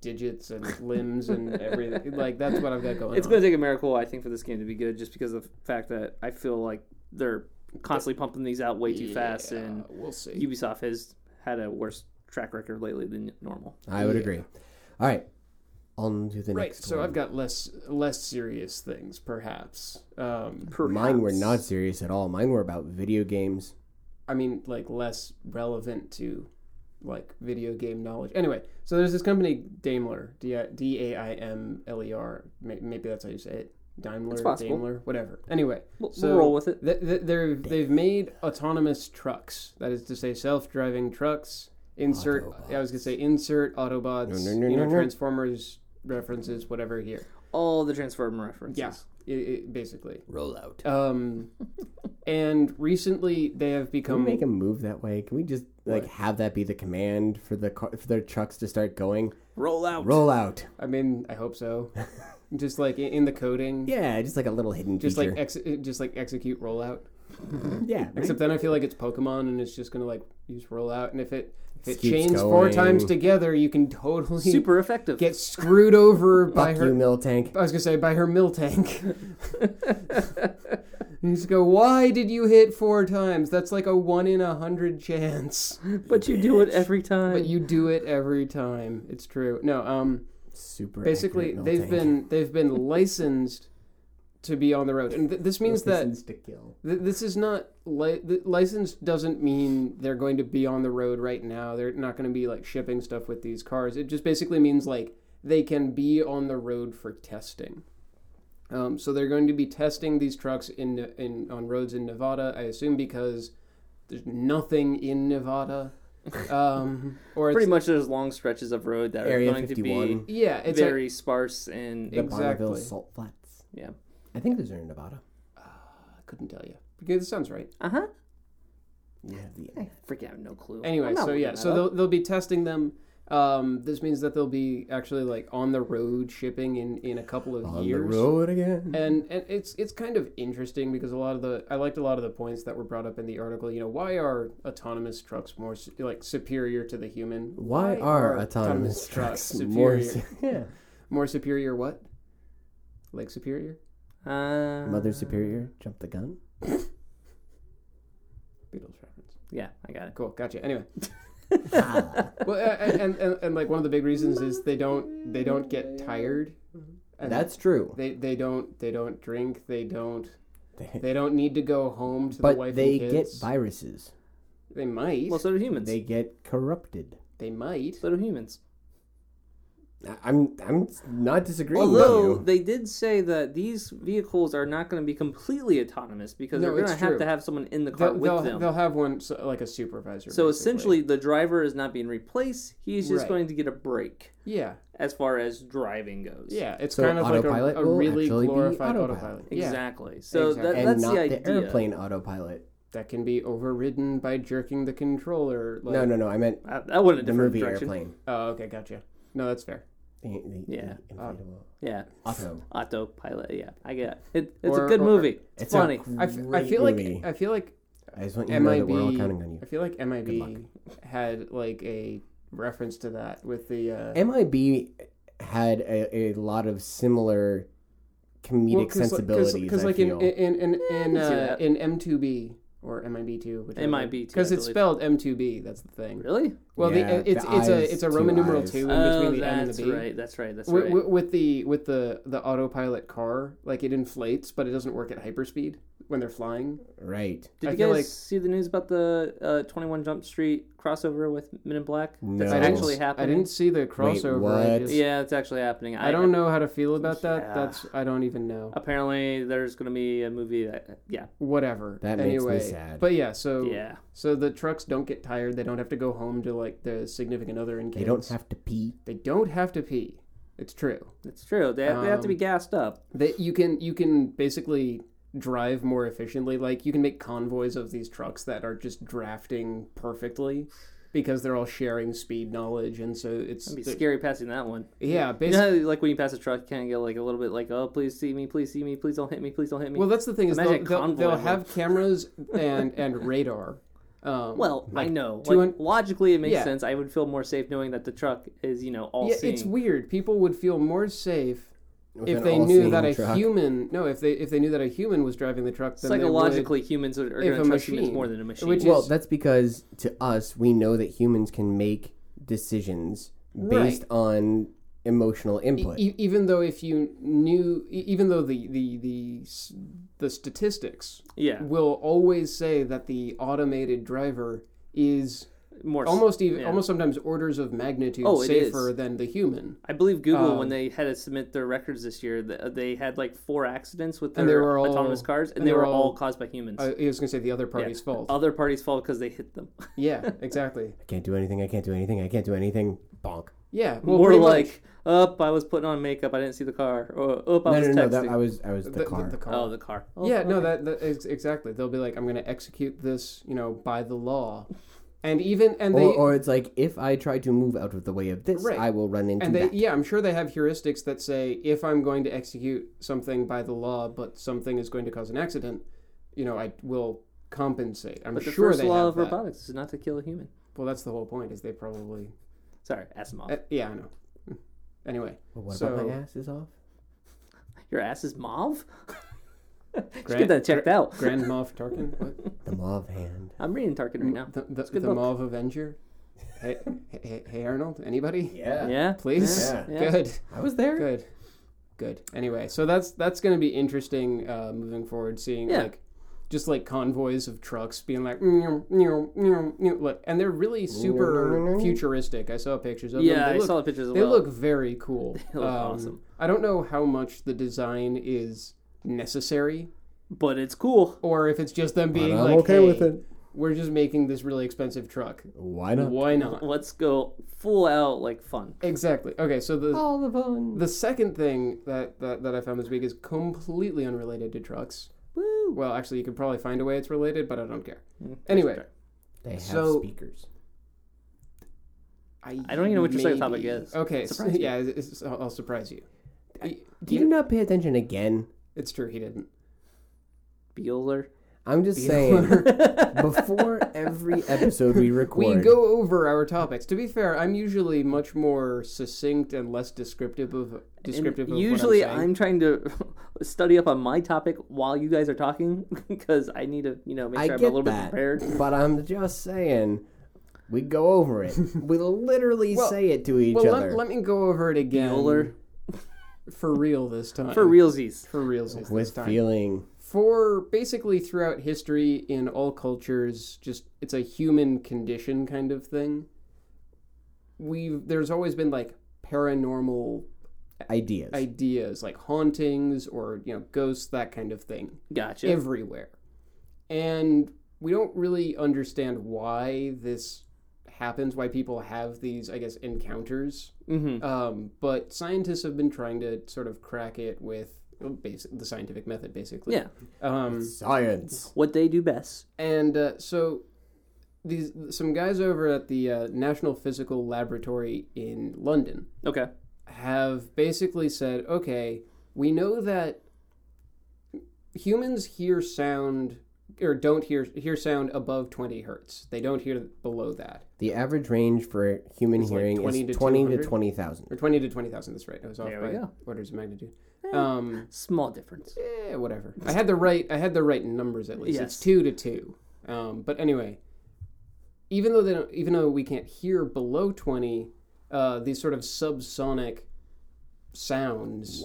C: digits and limbs and everything. like that's what I've got going.
A: It's
C: on.
A: going to take a miracle, I think, for this game to be good, just because of the fact that I feel like they're constantly pumping these out way too fast,
C: Yeah,
A: and
C: we'll see.
A: Ubisoft has had a worse track record lately than normal.
B: I would agree. All right, on to the
C: right,
B: next.
C: so
B: one.
C: I've got less less serious things, perhaps. Um,
B: Mine were not serious at all. Mine were about video games.
C: I mean, like less relevant to like video game knowledge. Anyway, so there's this company Daimler, D D A I M L E R. May- Maybe that's how you say it. Daimler,
A: It's possible.
C: Daimler, whatever. Anyway,
A: We'll,
C: So-
A: we'll roll with it.
C: th- th- they're, they've made autonomous trucks. That is to say, self-driving trucks. Insert. I was gonna say insert Autobots.
B: No, no, no,
C: you know,
B: no, no.
C: Transformers references, whatever. Here,
A: All the Transformer references.
C: yeah, it, it, basically.
B: Rollout.
C: Um, and recently they have
B: Can we
C: become
B: make them move that way? Can we just like have that be the command for the car, for their trucks to start going?
A: Roll out.
B: Roll out.
C: I mean, I hope so. just like in, in the coding,
B: Yeah, just like a little hidden
C: just
B: feature.
C: like ex- just like execute rollout.
B: yeah, right?
C: Except then I feel like it's Pokemon and it's just gonna like use rollout. And if it if it
B: Just keeps
C: chains four
B: going.
C: times together, you can totally
A: Super effective.
C: get screwed over by
B: fuck
C: her.
B: you, mill tank.
C: I was gonna say by her mill tank. you just go. Why did you hit four times? That's like a one in a hundred chance.
A: but you do it every time.
C: But you do it every time. It's true. No. Um.
B: Super.
C: basically
B: accurate
C: they've
B: Miltank.
C: been they've been licensed to be on the road and th- this means that
B: License to kill.
C: th- this is not li- th- licensed doesn't mean they're going to be on the road right now they're not going to be like shipping stuff with these cars it just basically means like they can be on the road for testing um, so they're going to be testing these trucks in, in on roads in Nevada I assume because there's nothing in Nevada um, or it's,
A: Pretty much there's long stretches of road that
B: Area
A: are going to
B: 51.
A: be
C: yeah it's a-
A: very sparse and
B: The Bonneville
C: exactly.
B: salt flats.
A: yeah.
B: I think those are in Nevada.
C: I couldn't tell you because it sounds right
A: Uh huh.
B: Yeah. the-
A: I freaking have no clue.
C: anyway
A: I'm not
C: so yeah
A: looking
C: so
A: that up.
C: they'll, they'll be testing them um, this means that they'll be actually like on the road shipping in in a couple of
B: on the
C: years
B: road again.
C: and and it's it's kind of interesting because a lot of the i liked a lot of the points that were brought up in the article you know why are autonomous trucks more su- like superior to the human
B: Why are autonomous trucks more?
C: superior
B: Yeah.
C: more superior what like superior
A: Uh,
B: Mother Superior jumped the gun.
C: beatles reference
A: Yeah, I got it.
C: cool gotcha anyway
B: Ah,
C: well a- a- and, and and like one of the big reasons is they don't they don't get tired And-
B: That's true.
C: They they don't they don't drink. They don't they don't need to go home to the
B: But
C: wife
B: they
C: and
B: get
C: kids.
B: viruses.
C: They might.
A: Well, so do humans.
B: They get corrupted.
C: they might.
A: so do humans.
B: I- I'm I'm not disagreeing
A: Although
B: with you.
A: they did say that these vehicles are not going to be completely autonomous because
C: No,
A: they're going
C: it's
A: to have
C: true.
A: to have someone in the car
C: They'll,
A: with
C: they'll,
A: them.
C: they'll have one so, like a supervisor.
A: so
C: basically.
A: essentially, the driver is not being replaced. He's just
C: Right.
A: going to get a break
C: yeah,
A: as far as driving goes.
C: yeah. It's
B: So
C: kind of like
B: autopilot
C: a, a
B: will
C: really
B: actually be
C: glorified autopilot.
B: autopilot.
C: Yeah,
A: Exactly. So
C: Exactly.
A: That,
B: and
A: that's
B: not
A: the
B: the,
A: idea.
B: airplane autopilot.
C: that can be overridden by jerking the controller. Like,
B: no, no, no. I meant
A: I, that went a
B: the
A: different
B: movie
A: direction.
B: airplane.
C: Oh, okay, gotcha. No, that's fair.
B: The, the,
A: Yeah.
B: the inflatable
A: Yeah,
B: auto.
A: autopilot. Yeah, I get it. it it's
C: Or-
A: a good
C: or-
A: movie. It's,
B: It's a
A: funny.
C: I, f- I
B: great
C: feel like
B: movie.
C: I feel like
B: I just want you to know that
C: MIB.
B: we're all counting on
C: I
B: you.
C: feel like MIB
B: luck.
C: had like a reference to that with the. Uh,
B: MIB had a, a lot of similar comedic
C: Well, 'cause like- 'cause-
B: sensibilities. I
C: like
B: feel.
C: in in in in,
A: I can see
C: uh,
A: that.
C: in M2B or MIB2, which
A: MIB2,
C: because
A: I
C: it's
A: believe.
C: spelled M2B. That's the thing.
A: Really?
C: Well,
B: Yeah,
C: the, uh, it's
B: the
C: it's
B: eyes,
C: a it's a
B: two
C: Roman numeral
B: eyes.
C: two in
A: oh,
C: between the M and
A: that's
C: the B.
A: right. That's right. That's
C: Wi-
A: right.
C: wi- with the with the the autopilot car, like it inflates, but it doesn't work at hyperspeed. when they're flying.
B: Right.
A: Did
C: I
A: you
C: feel
A: guys
C: like-
A: see the news about the uh, Twenty One Jump Street crossover with Men in Black?
B: No.
A: That's actually
C: I
A: happening.
C: didn't see the crossover. I,
B: what?
C: just-
A: Yeah, it's actually happening.
C: I don't know how to feel about that.
A: Yeah.
C: That's I don't even
A: Uh,
C: know.
A: Apparently, there's going to be a movie that. Yeah,
C: Whatever.
B: That makes me
C: anyway,
B: sad.
C: But yeah, so
A: yeah.
C: so the trucks don't get tired. They don't have to go home to like the significant other and kids.
B: They don't have to pee.
C: They don't have to pee. It's true.
A: It's true. They, they have to be
C: Um,
A: gassed up.
C: that you can you can basically drive more efficiently like you can make convoys of these trucks that are just drafting perfectly because they're all sharing speed knowledge and so it's
A: It'd be scary passing that one.
C: yeah
A: You
C: basically
A: know, how, like when you pass a truck, you kind of get like a little bit like, oh, please see me, please see me, please don't hit me, please don't hit me.
C: well that's the thing is they'll,
A: Imagine a
C: they'll,
A: convoy
C: they'll
A: with-
C: have cameras and and radar um,
A: Well, I know. Like,
C: 200
A: logically, it makes
C: Yeah.
A: sense. I would feel more safe knowing that the truck is, you know, all
C: yeah,
A: seeing.
C: it's weird people would feel more safe
B: With
C: if
B: an
C: they
B: all-seeing
C: knew that a
B: truck.
C: human no if they if they knew that a human was driving the truck then they would-
A: Psychologically, humans are, are going
C: if
A: to
C: a
A: trust humans
C: machine-
A: more than a machine.
C: which is-
B: Well, that's because to us, we know that humans can make decisions based
C: Right.
B: on emotional input.
C: E- even though if you knew e- even though the the the s- the statistics
A: yeah,
C: will always say that the automated driver is
A: more. s-
C: almost even
A: yeah.
C: almost sometimes orders of magnitude
A: Oh, it
C: safer
A: is.
C: than the human
A: I believe Google, when
C: Um,
A: they had to submit their records this year, th- uh, they had like four accidents with their
C: And they were all-
A: autonomous cars, and,
C: and
A: they
C: they
A: were
C: were
A: all,
C: all-
A: caused by humans.
C: I, I was going to say the other
A: Yeah. Um,
C: party's fault
A: Other parties' fault because they hit them.
C: yeah exactly
B: I can't do anything. I can't do anything. I can't do anything. Bonk.
C: yeah well,
A: more
C: pretty
A: like,
C: much
A: up, I was putting on makeup, I didn't see the car. Or, up, I was
B: No, no, no.
A: texting.
B: That, I was, I was the,
C: the, the-
B: car.
C: the car.
A: oh, the car. Oh,
C: yeah no
A: okay.
C: that, that ex- exactly they'll be like i'm going to execute this you know by the law and even and they
B: or, or it's like if I try to move out of the way of this,
C: Right.
B: I will run into
C: And they,
B: that.
C: yeah, I'm sure they have heuristics that say if I'm going to execute something by the law, but something is going to cause an accident, you know, I will compensate. I'm
A: But the
C: sure
A: first
C: they
A: law
C: have
A: of
C: that.
A: robotics is not to kill a human.
C: Well, that's the whole point. Is they probably,
A: Sorry, Asimov.
C: uh, yeah, I know. Anyway,
B: Well, what
C: so-
B: about my ass is off?
A: Your ass is mauve? Should
C: Grant-
A: get that checked out.
C: Grand Moff Tarkin, what?
B: The mauve hand.
A: I'm reading Tarkin right now.
C: the the,
A: good
C: the
A: book.
C: Mauve Avenger. Hey, hey, hey, Arnold, anybody?
B: Yeah.
A: Yeah.
C: Please,
B: Yeah.
A: Yeah.
C: good.
B: I was there.
C: good good anyway so that's that's going to be interesting uh moving forward seeing
A: Yeah.
C: like just like convoys of trucks being like "Meow, meow, meow, meow," like- and they're really super futuristic i saw pictures of
A: Yeah,
C: them they
A: I
C: look,
A: saw the pictures as
C: they
A: well.
C: look very cool Um,
A: They look awesome.
C: i don't know how much the design is necessary
A: but it's cool.
C: or if it's just them being
B: I'm
C: like
B: okay
C: hey,
B: with it.
C: we're just making this really expensive truck
B: Why not?
C: why not
A: Let's go full out, like, fun.
C: exactly okay so the
B: All the fun.
C: The second thing that, that, that I found this week is completely unrelated to trucks.
A: Woo!
C: Well, actually, you could probably find a way it's related, but I don't care.
A: Hmm,
C: Anyway,
A: fair.
B: They have
C: So-
B: speakers.
C: I,
A: I don't even know what your second
C: maybe-
A: topic is.
C: Okay, so,
A: Surprise me.
C: yeah, it's, it's- I'll, I'll surprise you.
B: Did you not pay attention again?
C: It's true, he didn't.
A: Bueller.
B: I'm just saying. before every episode we
C: We
B: record,
C: go over our topics. To be fair, I'm usually much more succinct and less descriptive of
A: And
C: descriptive. of
A: usually
C: what I'm, saying.
A: I'm trying to study up on my topic while you guys are talking because I need to, you know, make
B: I
A: sure I'm a
B: get
A: little bit
B: that.
A: prepared.
B: But I'm just saying, we go over it. we literally say it to each
C: Well,
B: other.
C: let, let me go over it again
A: Bueller.
C: for real this time.
A: For realsies.
C: For reals this
B: with
C: time.
B: feeling.
C: for basically throughout history in all cultures just it's a human condition kind of thing we've there's always been like paranormal
B: Ideas.
C: ideas like hauntings or you know ghosts that kind of thing
A: Gotcha.
C: everywhere and we don't really understand why this happens why people have these i guess encounters
A: mm-hmm.
C: um, but scientists have been trying to sort of crack it with well, basic, the scientific method basically
A: Yeah.
C: um,
B: Science.
A: What they do best.
C: and uh, so these some guys over at the uh, National Physical Laboratory in London
A: Okay.
C: have basically said, okay, we know that humans hear sound or don't hear hear sound above 20 hertz. They don't hear below that.
B: The average range for human
C: It's like
B: hearing
C: 20
B: is
C: to
B: 20 to
C: 200.
B: 20,000.
C: Or 20 to 20,000 that's right. I was off
A: There we
C: by
A: go.
C: orders of magnitude.
A: Eh.
C: Um
A: Small difference.
C: eh, whatever. I had the right I had the right numbers at least.
A: Yes.
C: It's two to two. Um, but anyway, even though they don't, even though we can't hear below twenty, uh, these sort of subsonic sounds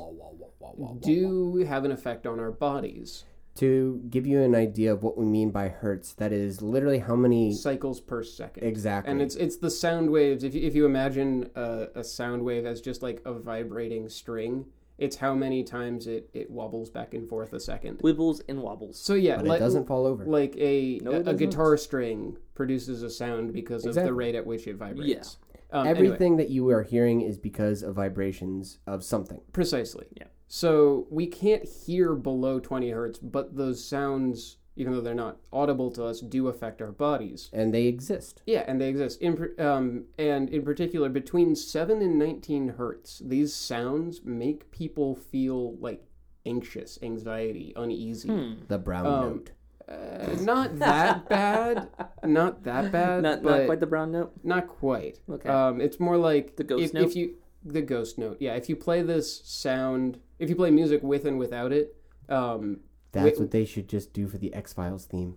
C: do have an effect on our bodies.
B: to give you an idea of what we mean by hertz, that is literally how many
C: cycles per second.
B: exactly.
C: And it's it's the sound waves. If you, if you imagine a, a sound wave as just like a vibrating string, it's how many times it, it wobbles back and forth a second.
A: Wibbles and wobbles.
C: So yeah,
B: but
C: like,
B: it doesn't fall over.
C: like a
A: No, it
C: a, a
A: does not.
C: guitar string produces a sound because of
B: Exactly.
C: the rate at which it vibrates. Um, anyway,
B: Everything that you are hearing is because of vibrations of something.
C: precisely.
A: Yeah.
C: So we can't hear below 20 hertz, but those sounds, even though they're not audible to us, do affect our bodies.
B: And they exist.
C: Yeah, and they exist. In, par- um, and in particular, between 7 and 19 hertz, these sounds make people feel like anxious, anxiety, uneasy.
A: Hmm.
B: The brown
C: Um,
B: note.
C: Uh, not that bad. Not that bad.
A: Not,
C: Uh, but
A: not quite the brown note.
C: Not quite.
A: Okay.
C: Um, it's more like
A: The ghost
C: if,
A: note?
C: If you the ghost note, yeah. If you play this sound, if you play music with and without it, um,
B: That's
C: wait-
B: what they should just do for the X Files theme.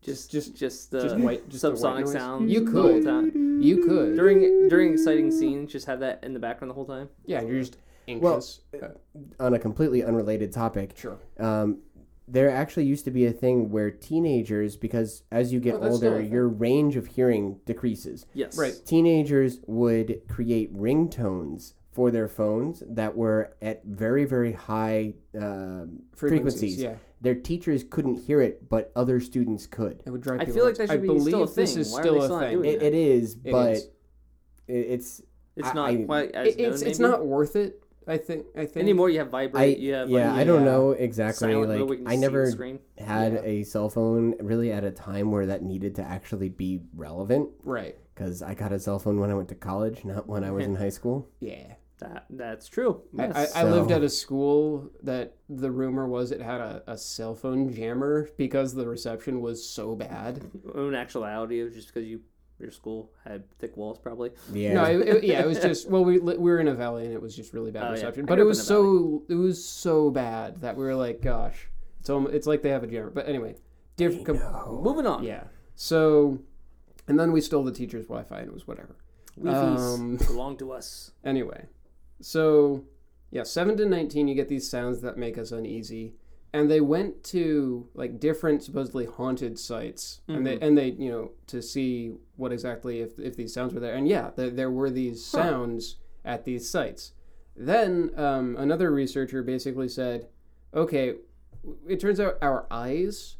A: Just just just
C: just-
A: the
C: just white- just the white
A: subsonic
C: noise.
A: sound.
C: You
A: the
C: could.
A: whole time.
C: you could.
A: during during exciting scenes. Just have that in the background the whole time.
C: yeah, you're just anxious. Uh,
B: On a completely unrelated topic,
C: sure.
B: um, there actually used to be a thing where teenagers, because as you get
C: Oh, that's still
B: older,
C: a thing.
B: your range of hearing decreases.
A: Yes.
C: Right.
B: Teenagers would create ringtones for their phones that were at very, very high um frequencies.
C: Yeah,
B: Their teachers couldn't hear it, but other students could.
C: it would drive.
A: I
C: people
A: feel like
C: nuts.
A: that should
C: I
A: be
C: believe
A: still a
C: this
A: thing.
C: is
A: Why are they
C: still
A: still
C: a
A: not
C: thing.
A: doing
B: It, it is,
C: It
B: but
C: is.
B: it- it's
A: It's
B: I-
A: not
B: I-
A: quite as
C: It-
A: known.
C: it's it's
A: maybe.
C: not worth it. I think. I think
A: anymore. You have
B: I
A: vibrate. you have
B: yeah
A: like,
B: I don't
C: yeah.
B: know exactly
A: silent mode where
B: like
A: you can
B: I
A: see the
B: never
A: screen.
B: had
C: Yeah.
B: a cell phone really at a time where that needed to actually be relevant
C: Right.
B: because I got a cell phone when I went to college, not when I was in high school.
C: Yeah.
A: That that's true.
C: I,
A: Yes.
C: I, I lived
B: So-
C: at a school that the rumor was it had a, a cell phone jammer because the reception was so bad.
A: in actuality, it was just because you your school had thick walls, probably.
B: Yeah,
C: No, it, it- yeah, it was just well, we li- we were in a valley and it was just really bad
A: Oh, yeah.
C: reception.
A: I
C: But
A: grew
C: it
A: up
C: was
A: in a
C: so it was so bad that we were like, gosh, it's almost, it's like they have a jammer. But anyway, different. Com-
A: Moving on.
C: Oh, Yeah. So, and then we stole the teacher's Wi-Fi and it was whatever.
A: Wi-Fi's
C: Um,
A: belong to us.
C: Anyway, so yeah, 7 to 19, you get these sounds that make us uneasy. And they went to like different supposedly haunted sites, and they and they you know to see what exactly if, if these sounds were there. And yeah, there, there were these sounds at these sites. Then um, another researcher basically said, okay, it turns out our eyes,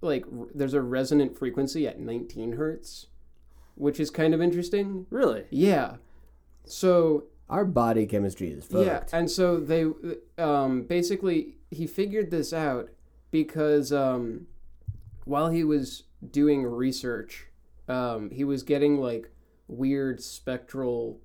C: like r- there's a resonant frequency at 19 hertz, which is kind of interesting.
A: Really?
C: Yeah. So
B: our body chemistry is
C: yeah,
B: fucked.
C: and so they um, basically he figured this out because um, while he was doing research, um, he was getting like weird spectral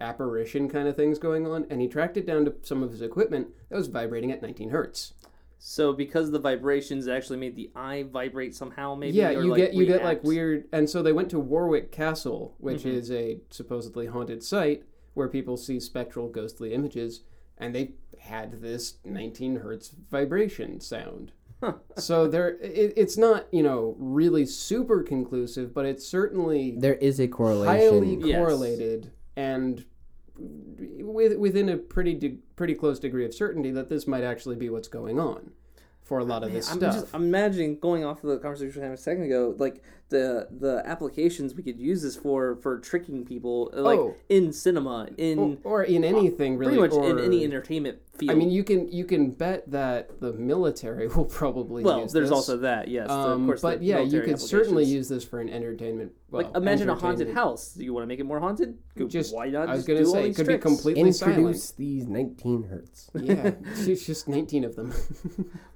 C: apparition kind of things going on, and he tracked it down to some of his equipment that was vibrating at 19 hertz.
A: So because the vibrations actually made the eye vibrate somehow, maybe.
C: yeah,
A: or,
C: you
A: like,
C: get you get like
A: react.
C: weird, and so they went to Warwick Castle, which
A: Mm-hmm.
C: is a supposedly haunted site where people see spectral ghostly images, and they had this 19 hertz vibration sound. so there, it, it's not you know really super conclusive, but it's certainly
B: There is a
C: highly
B: correlation.
A: Yes.
C: correlated and with, within a pretty de- pretty close degree of certainty that this might actually be what's going on for a lot of this
A: I'm
C: stuff.
A: just I'm imagining going off of the conversation we had a second ago, like the the applications we could use this for for tricking people, like
C: Oh.
A: in cinema, in
C: or in anything really
A: pretty much
C: or,
A: in any entertainment field.
C: I mean, you can you can bet that the military will probably
A: well,
C: use
A: there's
C: this.
A: also that, yes, the-
C: um,
A: of course.
C: but
A: the
C: yeah, you
A: military
C: could certainly
A: applications.
C: use this for an entertainment. Well,
A: Like imagine a haunted
C: entertainment-
A: house. Do you want to make it more haunted? Go-
C: Just
A: why not?
C: I was
A: just
C: gonna
A: do all
C: say
A: these
C: it could
A: tricks?
C: be completely
B: Introduce these 19 hertz.
C: silent. yeah, it's just nineteen of them.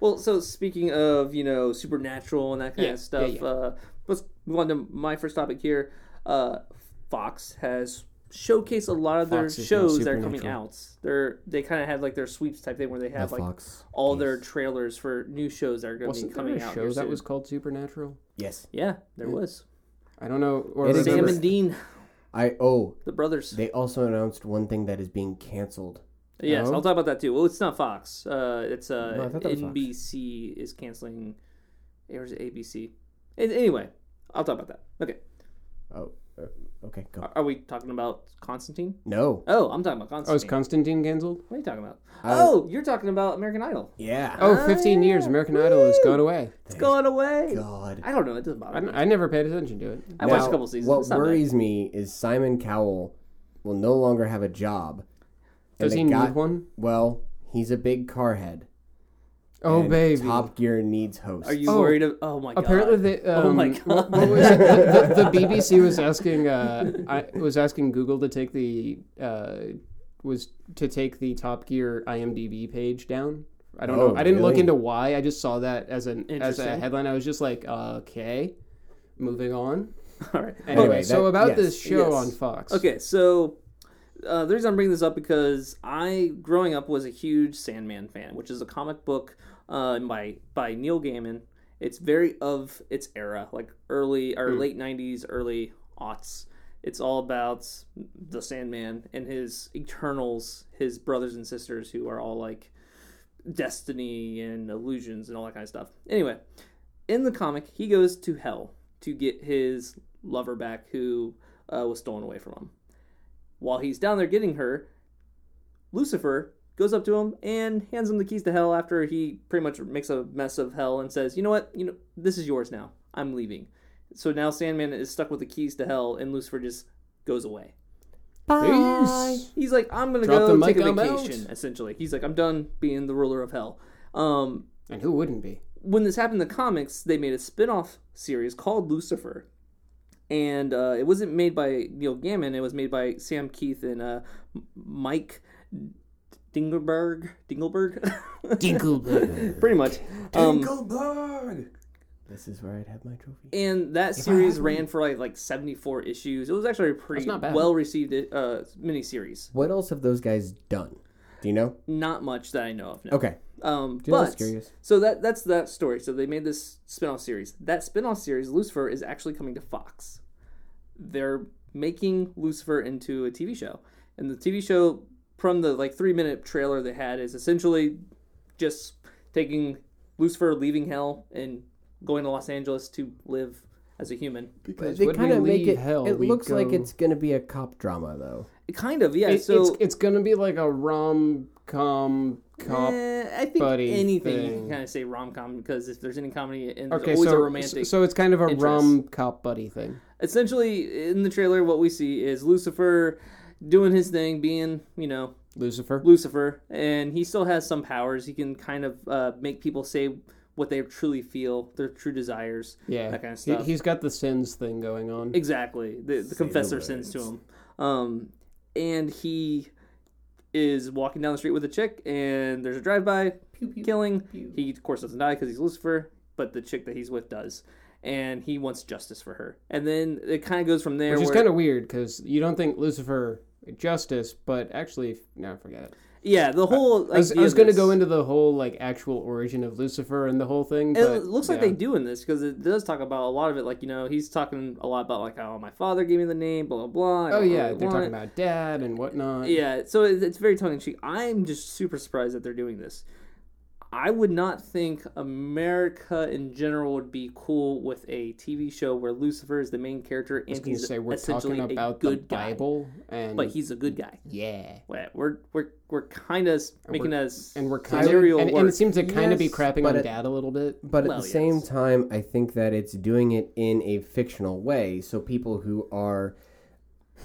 A: Well, so speaking of you know supernatural and that kind
C: Yeah,
A: of stuff,
C: yeah, yeah.
A: Uh, let's move on to my first topic here. Uh, Fox has showcased a lot of
C: Fox
A: their
C: is not
A: shows that are coming
C: supernatural.
A: out. They're they kind of had like their sweeps type thing where they have
B: The
A: like
B: Fox.
A: all their trailers for new shows that are going to be
C: Wasn't there
A: coming
C: a
A: out.
C: show
A: here
C: that
A: soon.
C: was called Supernatural?
B: Yes.
A: yeah, there was
C: I don't know. Or
B: It is-
A: Sam
C: remember-
A: and Dean,
B: I oh,
A: the brothers.
B: they also announced one thing that is being canceled.
A: Yes,
C: Oh.
A: I'll talk about that too. Well, it's not Fox. Uh, it's uh,
B: No, I thought that was Fox.
A: NBC is canceling. Or is it ABC? An- Anyway, I'll talk about that. Okay.
B: Oh, Okay, go.
A: Are we talking about Constantine?
B: No.
A: Oh, I'm talking about
C: Oh, is
A: Constantine.
C: Constantine canceled?
A: what are you talking about?
B: Uh,
A: oh, you're talking about American Idol.
B: Yeah.
C: Oh, 15 years.
A: yeah.
C: American Idol has
A: Woo!
C: gone away.
A: It's going away.
B: God.
A: I don't know. It doesn't bother
C: I,
A: me.
C: I never paid attention to it.
A: I
B: Now,
A: watched a couple seasons.
B: What
A: It's not
B: worries me is Simon Cowell will no longer have a job. And
C: Does
B: they
C: he
B: got-
C: need one?
B: Well, he's a big car head.
C: Oh,
B: and
C: baby.
B: Top Gear needs hosts.
A: bad. Are you
C: Oh.
A: worried? Of, oh my god.
C: Apparently, they, um,
A: Oh my
C: What,
A: God.
C: what was it? The, the- the BBC was asking. Uh, I was asking Google to take the uh, was to take the Top Gear IMDb page down. I don't
B: Oh,
C: know. I didn't look
B: really?
C: into why. I just saw that as an as a
A: Interesting.
C: headline. I was just like, okay, moving on.
A: All right.
C: Anyway,
B: Anyway,
C: so
B: that-
C: about
B: yes,
C: this show
A: yes.
C: on Fox.
A: Okay, so uh, the reason I'm bringing this up because I, growing up, was a huge Sandman fan, which is a comic book uh, by by Neil Gaiman. It's very of its era, like early or late '90s, early aughts. It's all about the Sandman and his Eternals, his brothers and sisters who are all like destiny and illusions and all that kind of stuff. Anyway, in the comic, he goes to hell to get his lover back who uh, was stolen away from him. While he's down there getting her, Lucifer goes up to him and hands him the keys to hell after he pretty much makes a mess of hell and says, "You know what? You know this is yours now. I'm leaving." So now Sandman is stuck with the keys to hell and Lucifer just goes away.
C: Peace.
A: He's like, "I'm going to
C: Drop
A: go
C: the mic,
A: take a
C: I'm
A: vacation." Essentially, he's like, "I'm done being the ruler of hell." Um,
C: And who wouldn't be?
A: when this happened in the comics, they made a spin-off series called Lucifer. And uh, it wasn't made by Neil Gaiman. It was made by Sam Keith and uh, M- Mike Dingleberg. Dingleberg?
C: Dinkelberg.
A: Pretty much. Um,
B: This is where I'd have my trophy.
A: and that series ran for like, like 74 issues. It was actually a pretty
C: not bad.
A: well-received uh, miniseries.
B: What else have those guys done? Do you know?
A: Not much that I know of now.
B: Okay.
A: Um,
B: know, I was
A: but
B: curious.
A: so that that's that story. So they made this spin-off series. That spin-off series, Lucifer, is actually coming to Fox. They're making Lucifer into a TV show, and the TV show from the like three-minute trailer they had is essentially just taking Lucifer leaving hell and going to Los Angeles to live as a human.
C: Because
B: they
C: when we
B: kind of make
C: leave
B: it.
C: hell,
B: it
C: we
B: looks like
C: go-
B: it's going to be a cop drama, though.
A: Kind of, yeah.
C: It-
A: so
C: it's it's gonna be like a rom com cop.
A: eh, I think
C: buddy
A: anything you
C: thing.
A: can kind of say rom com because if there's any comedy, and there's
C: Okay,
A: always
C: so,
A: a romantic.
C: so it's kind of a
A: interest.
C: rom cop buddy thing.
A: essentially in the trailer what we see is lucifer doing his thing being you know
C: Lucifer.
A: lucifer and he still has some powers he can kind of uh, make people say what they truly feel their true desires
C: Yeah,
A: that kind of
C: He-
A: stuff
C: he's got the sins thing going on.
A: exactly the, the confessor
B: words.
A: sends to him um, and he is walking down the street with a chick and there's a drive-by killing he of course doesn't die because he's lucifer but the chick that he's with does and he wants justice for her and then it kind of goes from there
C: Which is
A: where-
C: kind of weird because you don't think Lucifer justice, but actually, no, forget it.
A: Yeah, the whole.
C: I was,
A: idea of
C: going to
A: this-
C: go into the whole like actual origin of Lucifer and the whole thing.
A: And
C: But,
A: it looks like
C: yeah.
A: they do in this because it does talk about a lot of it. Like you know, he's talking a lot about like, oh, my father gave me the name, blah blah blah. I
C: Oh
A: don't
C: yeah,
A: really
C: they're
A: want
C: talking
A: it.
C: about dad and whatnot.
A: Yeah, so it- it's very tongue in cheek. I'm just super surprised that they're doing this. I would not think America in general would be cool with a TV show where Lucifer is the main character and
C: I was going to
A: he's
C: say we're
A: essentially
C: talking
A: a
C: about the
A: good guy,
C: Bible and
A: but he's a good guy.
C: yeah,
A: We're we're we're, kind of making us
C: and we're kind of
A: serial
C: and,
A: work.
C: and it seems to kind of be
B: Yes,
C: crapping
B: but
C: on
B: it-
C: dad a little bit.
B: But at
A: Well,
B: the same
A: yes.
B: time, I think that it's doing it in a fictional way. So people who are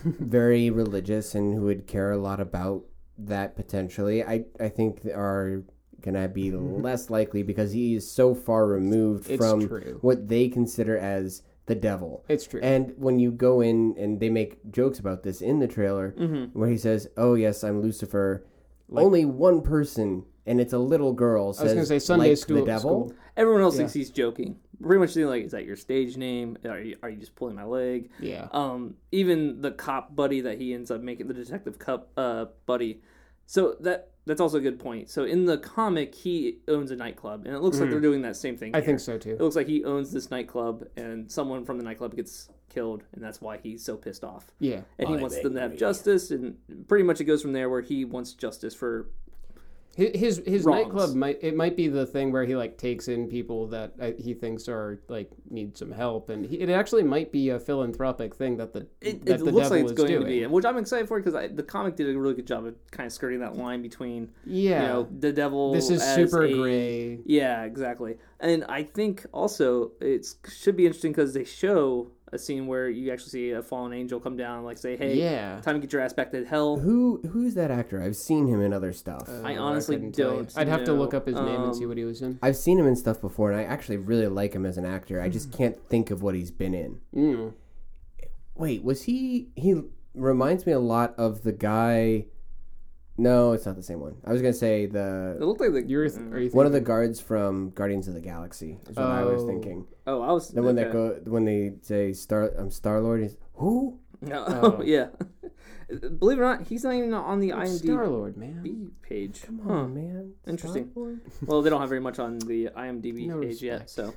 B: very religious and who would care a lot about that potentially, I, I think are going to be less likely because he is so far removed
C: It's
B: from
C: true.
B: what they consider as the devil.
C: It's true.
B: And when you go in and they make jokes about this in the trailer,
C: Mm-hmm.
B: where he says, "Oh yes, I'm Lucifer," only one person, and it's a little girl. Says,
C: I was going to say Sunday
B: "Like
C: school.
B: The devil.
C: school.
A: Everyone else thinks he's joking. Pretty much thinking like, is that your stage name? Are you, are you just pulling my leg?
C: Yeah.
A: Um, even the cop buddy that he ends up making, the detective cop uh, buddy. So that that's also a good point. So in the comic, he owns a nightclub, and it looks like they're doing that same thing.
C: I
A: here.
C: think so too.
A: It looks like he owns this nightclub, and someone from the nightclub gets killed, and that's why he's so pissed off.
C: Yeah.
A: And he wants them to have justice, and pretty much it goes from there where he wants justice for
C: His his, his
A: Wrongs.
C: nightclub might it might be the thing where he like takes in people that uh, he thinks are like need some help, and he, it actually might be a philanthropic thing that the
A: It, it
C: that the
A: looks
C: devil
A: like it's
C: is
A: going
C: doing.
A: to be, which I'm excited for because the comic did a really good job of kind of skirting that line between
C: yeah,
A: you know the devil.
C: this is
A: as
C: super
A: a-
C: gray.
A: Yeah, exactly. And I think also it should be interesting because they show a scene where you actually see a fallen angel come down and like say, "Hey,
C: yeah,
A: time to get your ass back to hell."
B: Who who's that actor? I've seen him in other stuff.
C: Oh,
A: honestly
C: couldn't tell you.
A: don't
C: I'd have to look
A: know.
C: up his name and see
A: Um,
C: what he was in.
B: I've seen him in stuff before, and I actually really like him as an actor. I
C: Hmm.
B: just can't think of what he's been in.
C: Mm.
B: Wait, was he? He reminds me a lot of the guy. No, it's not the same one. I was gonna say
A: It
B: the
A: looked like the,
C: You're, th- are you
B: one of the
C: thinking-
B: guards from Guardians of the Galaxy. Is what I was
C: Oh.
B: thinking.
A: oh, I was
B: The one that
A: okay.
B: go when they say Star um, Star Lord is who?
A: No,
C: Oh.
A: yeah. Believe it or not, he's not even on the
C: Star
A: IMDb
C: Lord man.
A: page.
B: Come on,
A: Huh.
B: man.
A: Interesting.
B: Star-Lord?
A: Well, they don't have very much on the IMDb
C: No
A: page yet,
C: respect.
A: so.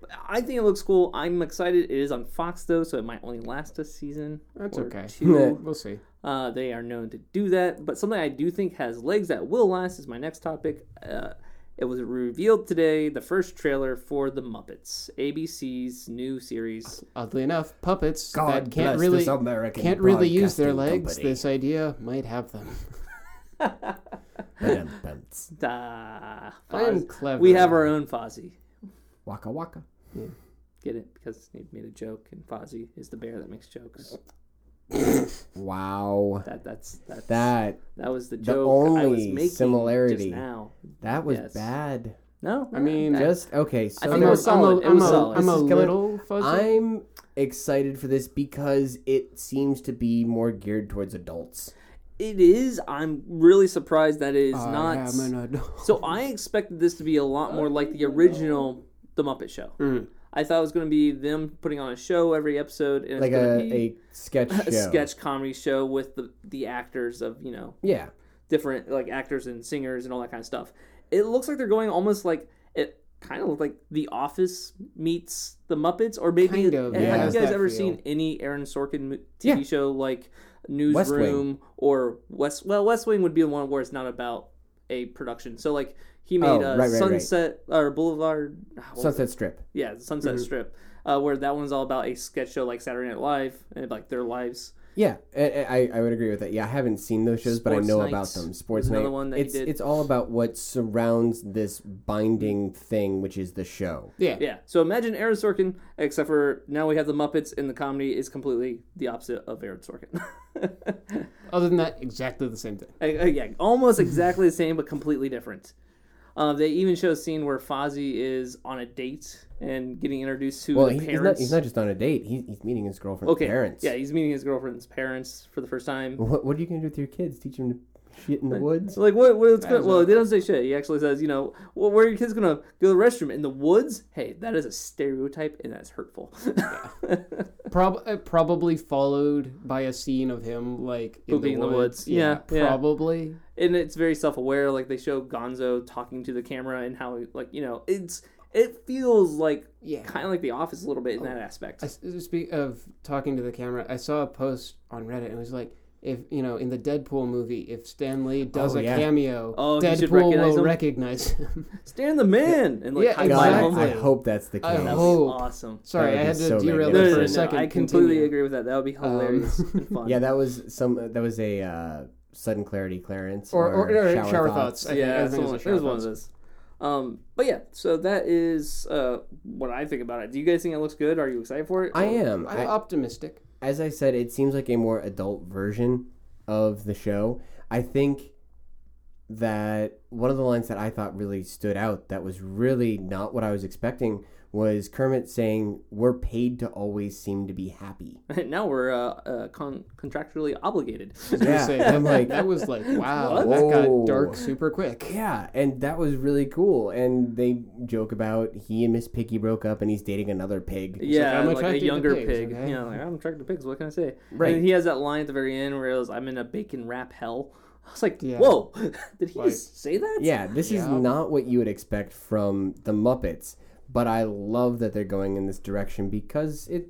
A: But I think it looks cool. I'm excited. It is on Fox though, so it might only last a season.
C: That's
A: or
C: okay.
A: Two.
C: We'll see.
A: Uh, they are known to do that, but something I do think has legs that will last is my next topic. Uh, it was revealed today the first trailer for The Muppets, ABC's new series.
C: Oddly enough, puppets
B: God
C: that can't
B: bless
C: really
B: this American
C: can't really use their
B: broadcasting
C: legs.
B: company.
C: This idea might have them.
B: Ba-dum-bums.
A: Ah,
C: I'm
A: Foz-
C: clever.
A: we have our own Fozzie.
B: waka waka.
A: Get it? Because they made a joke, and Fozzie is the bear that makes jokes.
B: Wow.
A: That that's that's,
B: That
A: that was the joke I was
B: only
A: making
B: similarity.
A: just now.
B: that was
A: Yes.
B: bad.
A: No,
C: I mean,
A: I-
B: Just okay. So
A: think
C: I'm
A: it
C: a-
A: was
C: I'm a-
A: solid. It
C: I'm
A: was
C: a-
A: solid.
C: I'm a
B: This is coming-
C: little fuzzy.
B: I'm excited for this because it seems to be more geared towards adults.
A: it is. I'm really surprised that it is
C: I
A: not.
C: am an adult.
A: So I expected this to be a lot more like the original The Muppet Show.
C: Mm.
A: I thought it was going to be them putting on a show every episode, and it's
B: Like
A: gonna
B: a,
A: be
B: a sketch show.
A: a sketch comedy show with the the actors of you know
B: Yeah.
A: different like actors and singers and all that kind of stuff. It looks like they're going almost like it kind of looked like The Office meets The Muppets, or maybe
C: Kind of,
A: have
B: yeah.
A: you
C: Has
A: guys
C: that
A: ever
C: feel.
A: seen any Aaron Sorkin mo- TV
B: Yeah.
A: show like
B: West Wing.
A: Newsroom or West? Well, West Wing would be the one where it's not about a production. So like he made
B: Oh,
A: uh,
B: right, right, right.
A: Sunset or Boulevard, what was
B: Sunset Strip.
A: yeah, the Sunset
B: Mm-hmm.
A: Strip, uh, where that one's all about a sketch show like Saturday Night Live and like their lives.
B: Yeah, I, I, I would agree with that. Yeah, I haven't seen those shows, but I
A: Sports
B: know
A: Nights
B: about them. Sports
A: was another
B: Night.
A: one that he
B: it's
A: did.
B: it's all about what surrounds this binding thing, which is the show.
C: Yeah.
A: Yeah. So imagine Aaron Sorkin, except for now we have the Muppets, and the comedy is completely the opposite of Aaron Sorkin.
C: Other than that, exactly the same thing.
A: Uh, uh, yeah, almost exactly the same, but completely different. Uh, they even show a scene where Fozzie is on a date and getting introduced to
B: Well,
A: the
B: he, he's not
A: parents.
B: he's not just on a date. He, he's meeting his girlfriend's
A: okay.
B: parents.
A: Yeah, he's meeting his girlfriend's parents for the first time.
B: What what are you gonna do with your kids? Teach them to shit in the woods?
A: So like what? What's good?
C: is
A: Well,
C: awful.
A: they don't say shit. He actually says, you know, well, where are your kids gonna go to the restroom in the woods? Hey, that is a stereotype and that's hurtful.
C: Prob- uh, probably followed by a scene of him like in,
A: Pooping in the woods. Yeah, yeah.
C: probably.
A: and it's very self-aware. Like they show Gonzo talking to the camera and how, like, you know, it's it feels like
C: Yeah.
A: kind of like The Office a little bit in
C: Oh.
A: that aspect.
C: I, s- speak of talking to the camera. I saw a post on Reddit. and It was like. If you know in the Deadpool movie, if Stan Lee does
B: Oh,
C: a
B: yeah.
C: cameo,
A: Oh, he should
C: Deadpool
A: recognize
C: will
A: him?
C: recognize him.
A: Stand the man and like
C: Yeah,
A: high
B: God,
A: five
B: I,
A: him.
C: exactly.
B: I hope that's the case.
C: I
A: That
C: hope-
A: was awesome.
C: Sorry,
B: would
C: I
B: be
C: had to
B: so
A: No,
C: derail
A: no,
C: that
A: no,
C: for
A: no,
C: a second.
A: I completely
C: Continue. Um,
A: agree with that. That would be hilarious and fun.
B: Yeah, that was some. That was a uh, sudden clarity clearance
C: or, or, or shower, thoughts. I think-
A: yeah,
C: I think
A: someone-
C: it was a
A: it
C: shower
A: was one of
C: thoughts.
A: those. Um, but yeah, so that is uh, what I think about it. Do you guys think it looks good? Are you excited for it?
B: I am.
C: I'm
B: I-
C: optimistic.
B: as I said, it seems like a more adult version of the show. I think that one of the lines that I thought really stood out that was really not what I was expecting was Kermit saying, We're paid to always seem to be happy.
A: now we're uh, uh, con- contractually obligated.
B: Yeah.
C: Say,
B: I'm like,
C: that was like wow,
A: What?
C: that
B: Whoa.
C: got dark super quick.
B: Yeah, and that was really cool. And they joke about he and Miss Piggy broke up and he's dating another pig.
A: yeah,
C: I'm
A: like,
C: attracted
A: a
C: to
A: younger
C: pigs,
A: pig.
C: okay?
A: You know, like I'm attracted to pigs. What can I say?
B: Right.
A: And he has that line at the very end where it was, "I'm in a bacon wrap hell." I was like,
C: Yeah.
A: "Whoa, did he
C: Like-
A: just say that?"
B: Yeah, this is
C: Yeah.
B: not what you would expect from the Muppets, but I love that they're going in this direction because it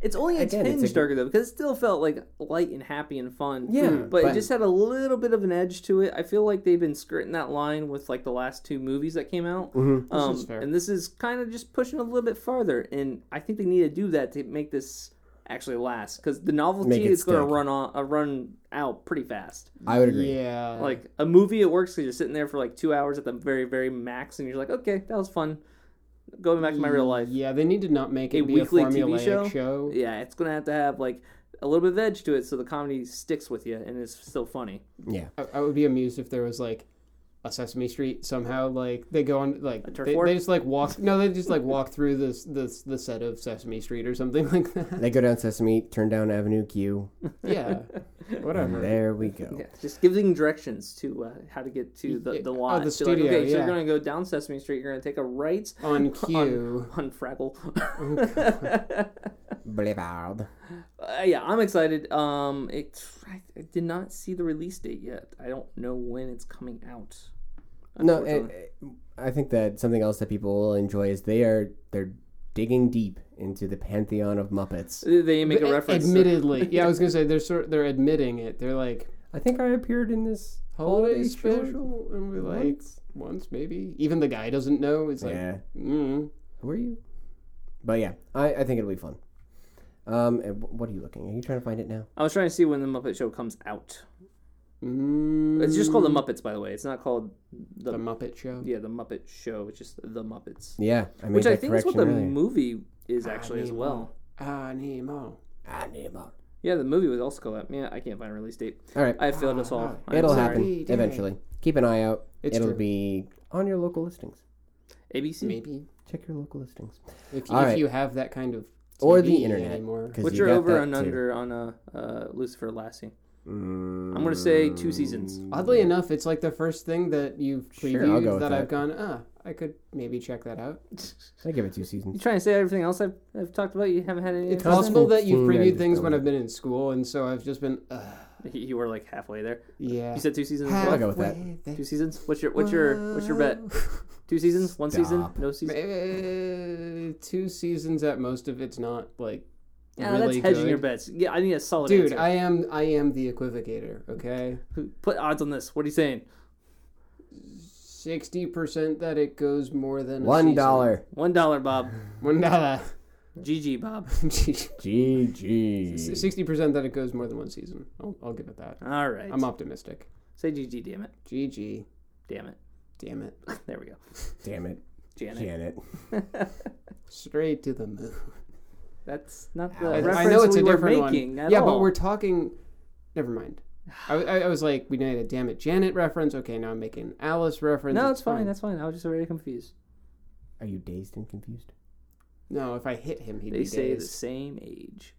A: It's only a
B: Again, it's
A: tinge
B: a-
A: darker though, because it still felt like light and happy and fun.
B: Yeah,
A: but, it
B: but-
A: just had a little bit of an edge to it. I feel like they've been skirting that line with like the last two movies that came out. Mm-hmm. Um,
C: is fair.
A: And this is kind of just pushing a little bit farther, and I think they need to do that to make this actually last, because the novelty
B: Make it
A: is going
B: stick.
A: to run on uh, run out pretty fast.
B: I would agree.
C: Yeah.
A: Uh, Like a movie, it works because you're sitting there for like two hours at the very, very max, and you're like, okay, that was fun. Going back to my real life.
C: Yeah, they need to not make it
A: A
C: be
A: weekly
C: a
A: TV
C: formulaic
A: show?
C: show.
A: Yeah, it's gonna have to have like a little bit of edge to it, so the comedy sticks with you and it's still funny.
B: Yeah.
C: I, I would be amused if there was like a Sesame Street somehow. Like they go on like
A: turf
C: they,
A: war?
C: they just like walk. No, they just like walk through this this the set of Sesame Street or something like that.
B: They go down Sesame, turn down Avenue Q,
C: Yeah,
B: and
C: whatever.
B: there we go.
A: Yeah, just giving directions to uh, how to get to the
C: Yeah,
A: the
C: oh,
A: lot.
C: the
A: Be like,
C: studio,
A: okay, so you're
C: yeah.
A: gonna go down Sesame Street. You're gonna take a right
C: On cue.
A: on Fraggle.
B: Blibard.
A: Uh, yeah, I'm excited. Um, it I, I did not see the release date yet. I don't know when it's coming out.
B: No,
A: Unfortunately.
B: it, I think that something else that people will enjoy is they are they're digging deep into the pantheon of Muppets.
A: they make a
C: A-
A: reference. to-
C: Admittedly, yeah, I was gonna say they're sort they're admitting it. They're like
B: I think I appeared in this
C: holiday
B: special
C: special, and we're like once maybe. Even the guy doesn't know. It's like
B: Yeah,
A: Mm-hmm.
C: mm.
B: who are you? But yeah, I, I think it'll be fun. Um, and wh- what are you looking? Are you trying to find it now?
A: I was trying to see when the Muppet Show comes out.
C: Mm,
A: It's just called the Muppets, by the way. It's not called the
C: the Muppet Show.
A: Mm-hmm. yeah the Muppet Show. It's just the Muppets.
B: Yeah, I made
A: which
B: that
A: I think is what the
B: correction earlier.
A: movie is actually as
C: Nemo.
A: well.
C: Ah, Nemo.
B: Ah, Nemo.
A: Yeah, the movie was also called that. Yeah, I can't find a release date.
B: All right,
A: I failed us all.
C: Ah,
A: I'm
B: it'll
A: sorry.
B: happen
C: Dang.
B: eventually. Keep an eye out.
C: It's
B: it'll
C: true.
B: be on your local listings.
A: ABC.
C: Maybe
B: Check your local listings
C: if, if
B: All right.
C: you have that kind of
B: or the
C: TV
B: internet.
C: anymore.
B: 'cause
A: What's
B: you
A: your
B: got
A: over
B: that
A: and
B: too.
A: under on uh, uh, Lucifer Lassie?
B: Mm.
A: I'm gonna say two seasons.
C: Oddly enough, it's like the first thing that you've
B: Sure,
C: previewed
B: I'll go with
C: that,
B: that.
C: I've gone, ah, I could maybe check that out.
B: I give it two
A: You
B: seasons.
A: trying to say everything else I've, I've talked about? You haven't had any.
C: It's
A: interest
C: possible that you've
B: Constantine, I
C: previewed
B: just
C: things
B: don't
C: when
B: know.
C: I've been in school, and so I've just been, ugh,
A: in- You were like halfway there.
C: yeah.
B: Uh,
A: You said two seasons. as
B: I'll
A: well?
B: go with that.
A: Two seasons. What's your what's your what's your bet? Two seasons. One season.
B: Uh, Stop.
A: No season.
C: Maybe two seasons at most if it's not like
A: Yeah,
C: really
A: Oh, Ah, that's hedging
C: good.
A: your bets. Yeah, I need a solid
C: Dude,
A: answer.
C: I am I am the equivocator. Okay,
A: Put odds on this. What are you saying?
C: sixty percent that it goes more than a
B: One
C: season.
B: dollar.
A: One dollar, Bob.
C: One dollar.
A: GG, Bob.
B: GG.
C: Sixty percent that it goes more than one season. I'll, I'll give it that.
A: All right.
C: I'm optimistic.
A: Say GG, damn it.
C: GG.
A: Damn it.
C: Damn it.
A: There we go.
B: Damn it,
A: Janet.
B: Janet.
C: Straight to the moon.
A: That's not
B: I-
A: the
B: I
A: reference
C: I know it's
A: we
C: a
A: were
C: different
A: making
C: one.
A: at
C: Yeah,
A: all.
C: but we're talking. Never mind. I, I, I was like, we made a damn it Janet reference. Okay, now I'm making an Alice reference.
A: No, it's fine. That's fine. I was just very confused.
B: Are you dazed and confused?
C: No, if I hit him, he'd
A: They
C: be
A: say the
C: dazed.
A: same age.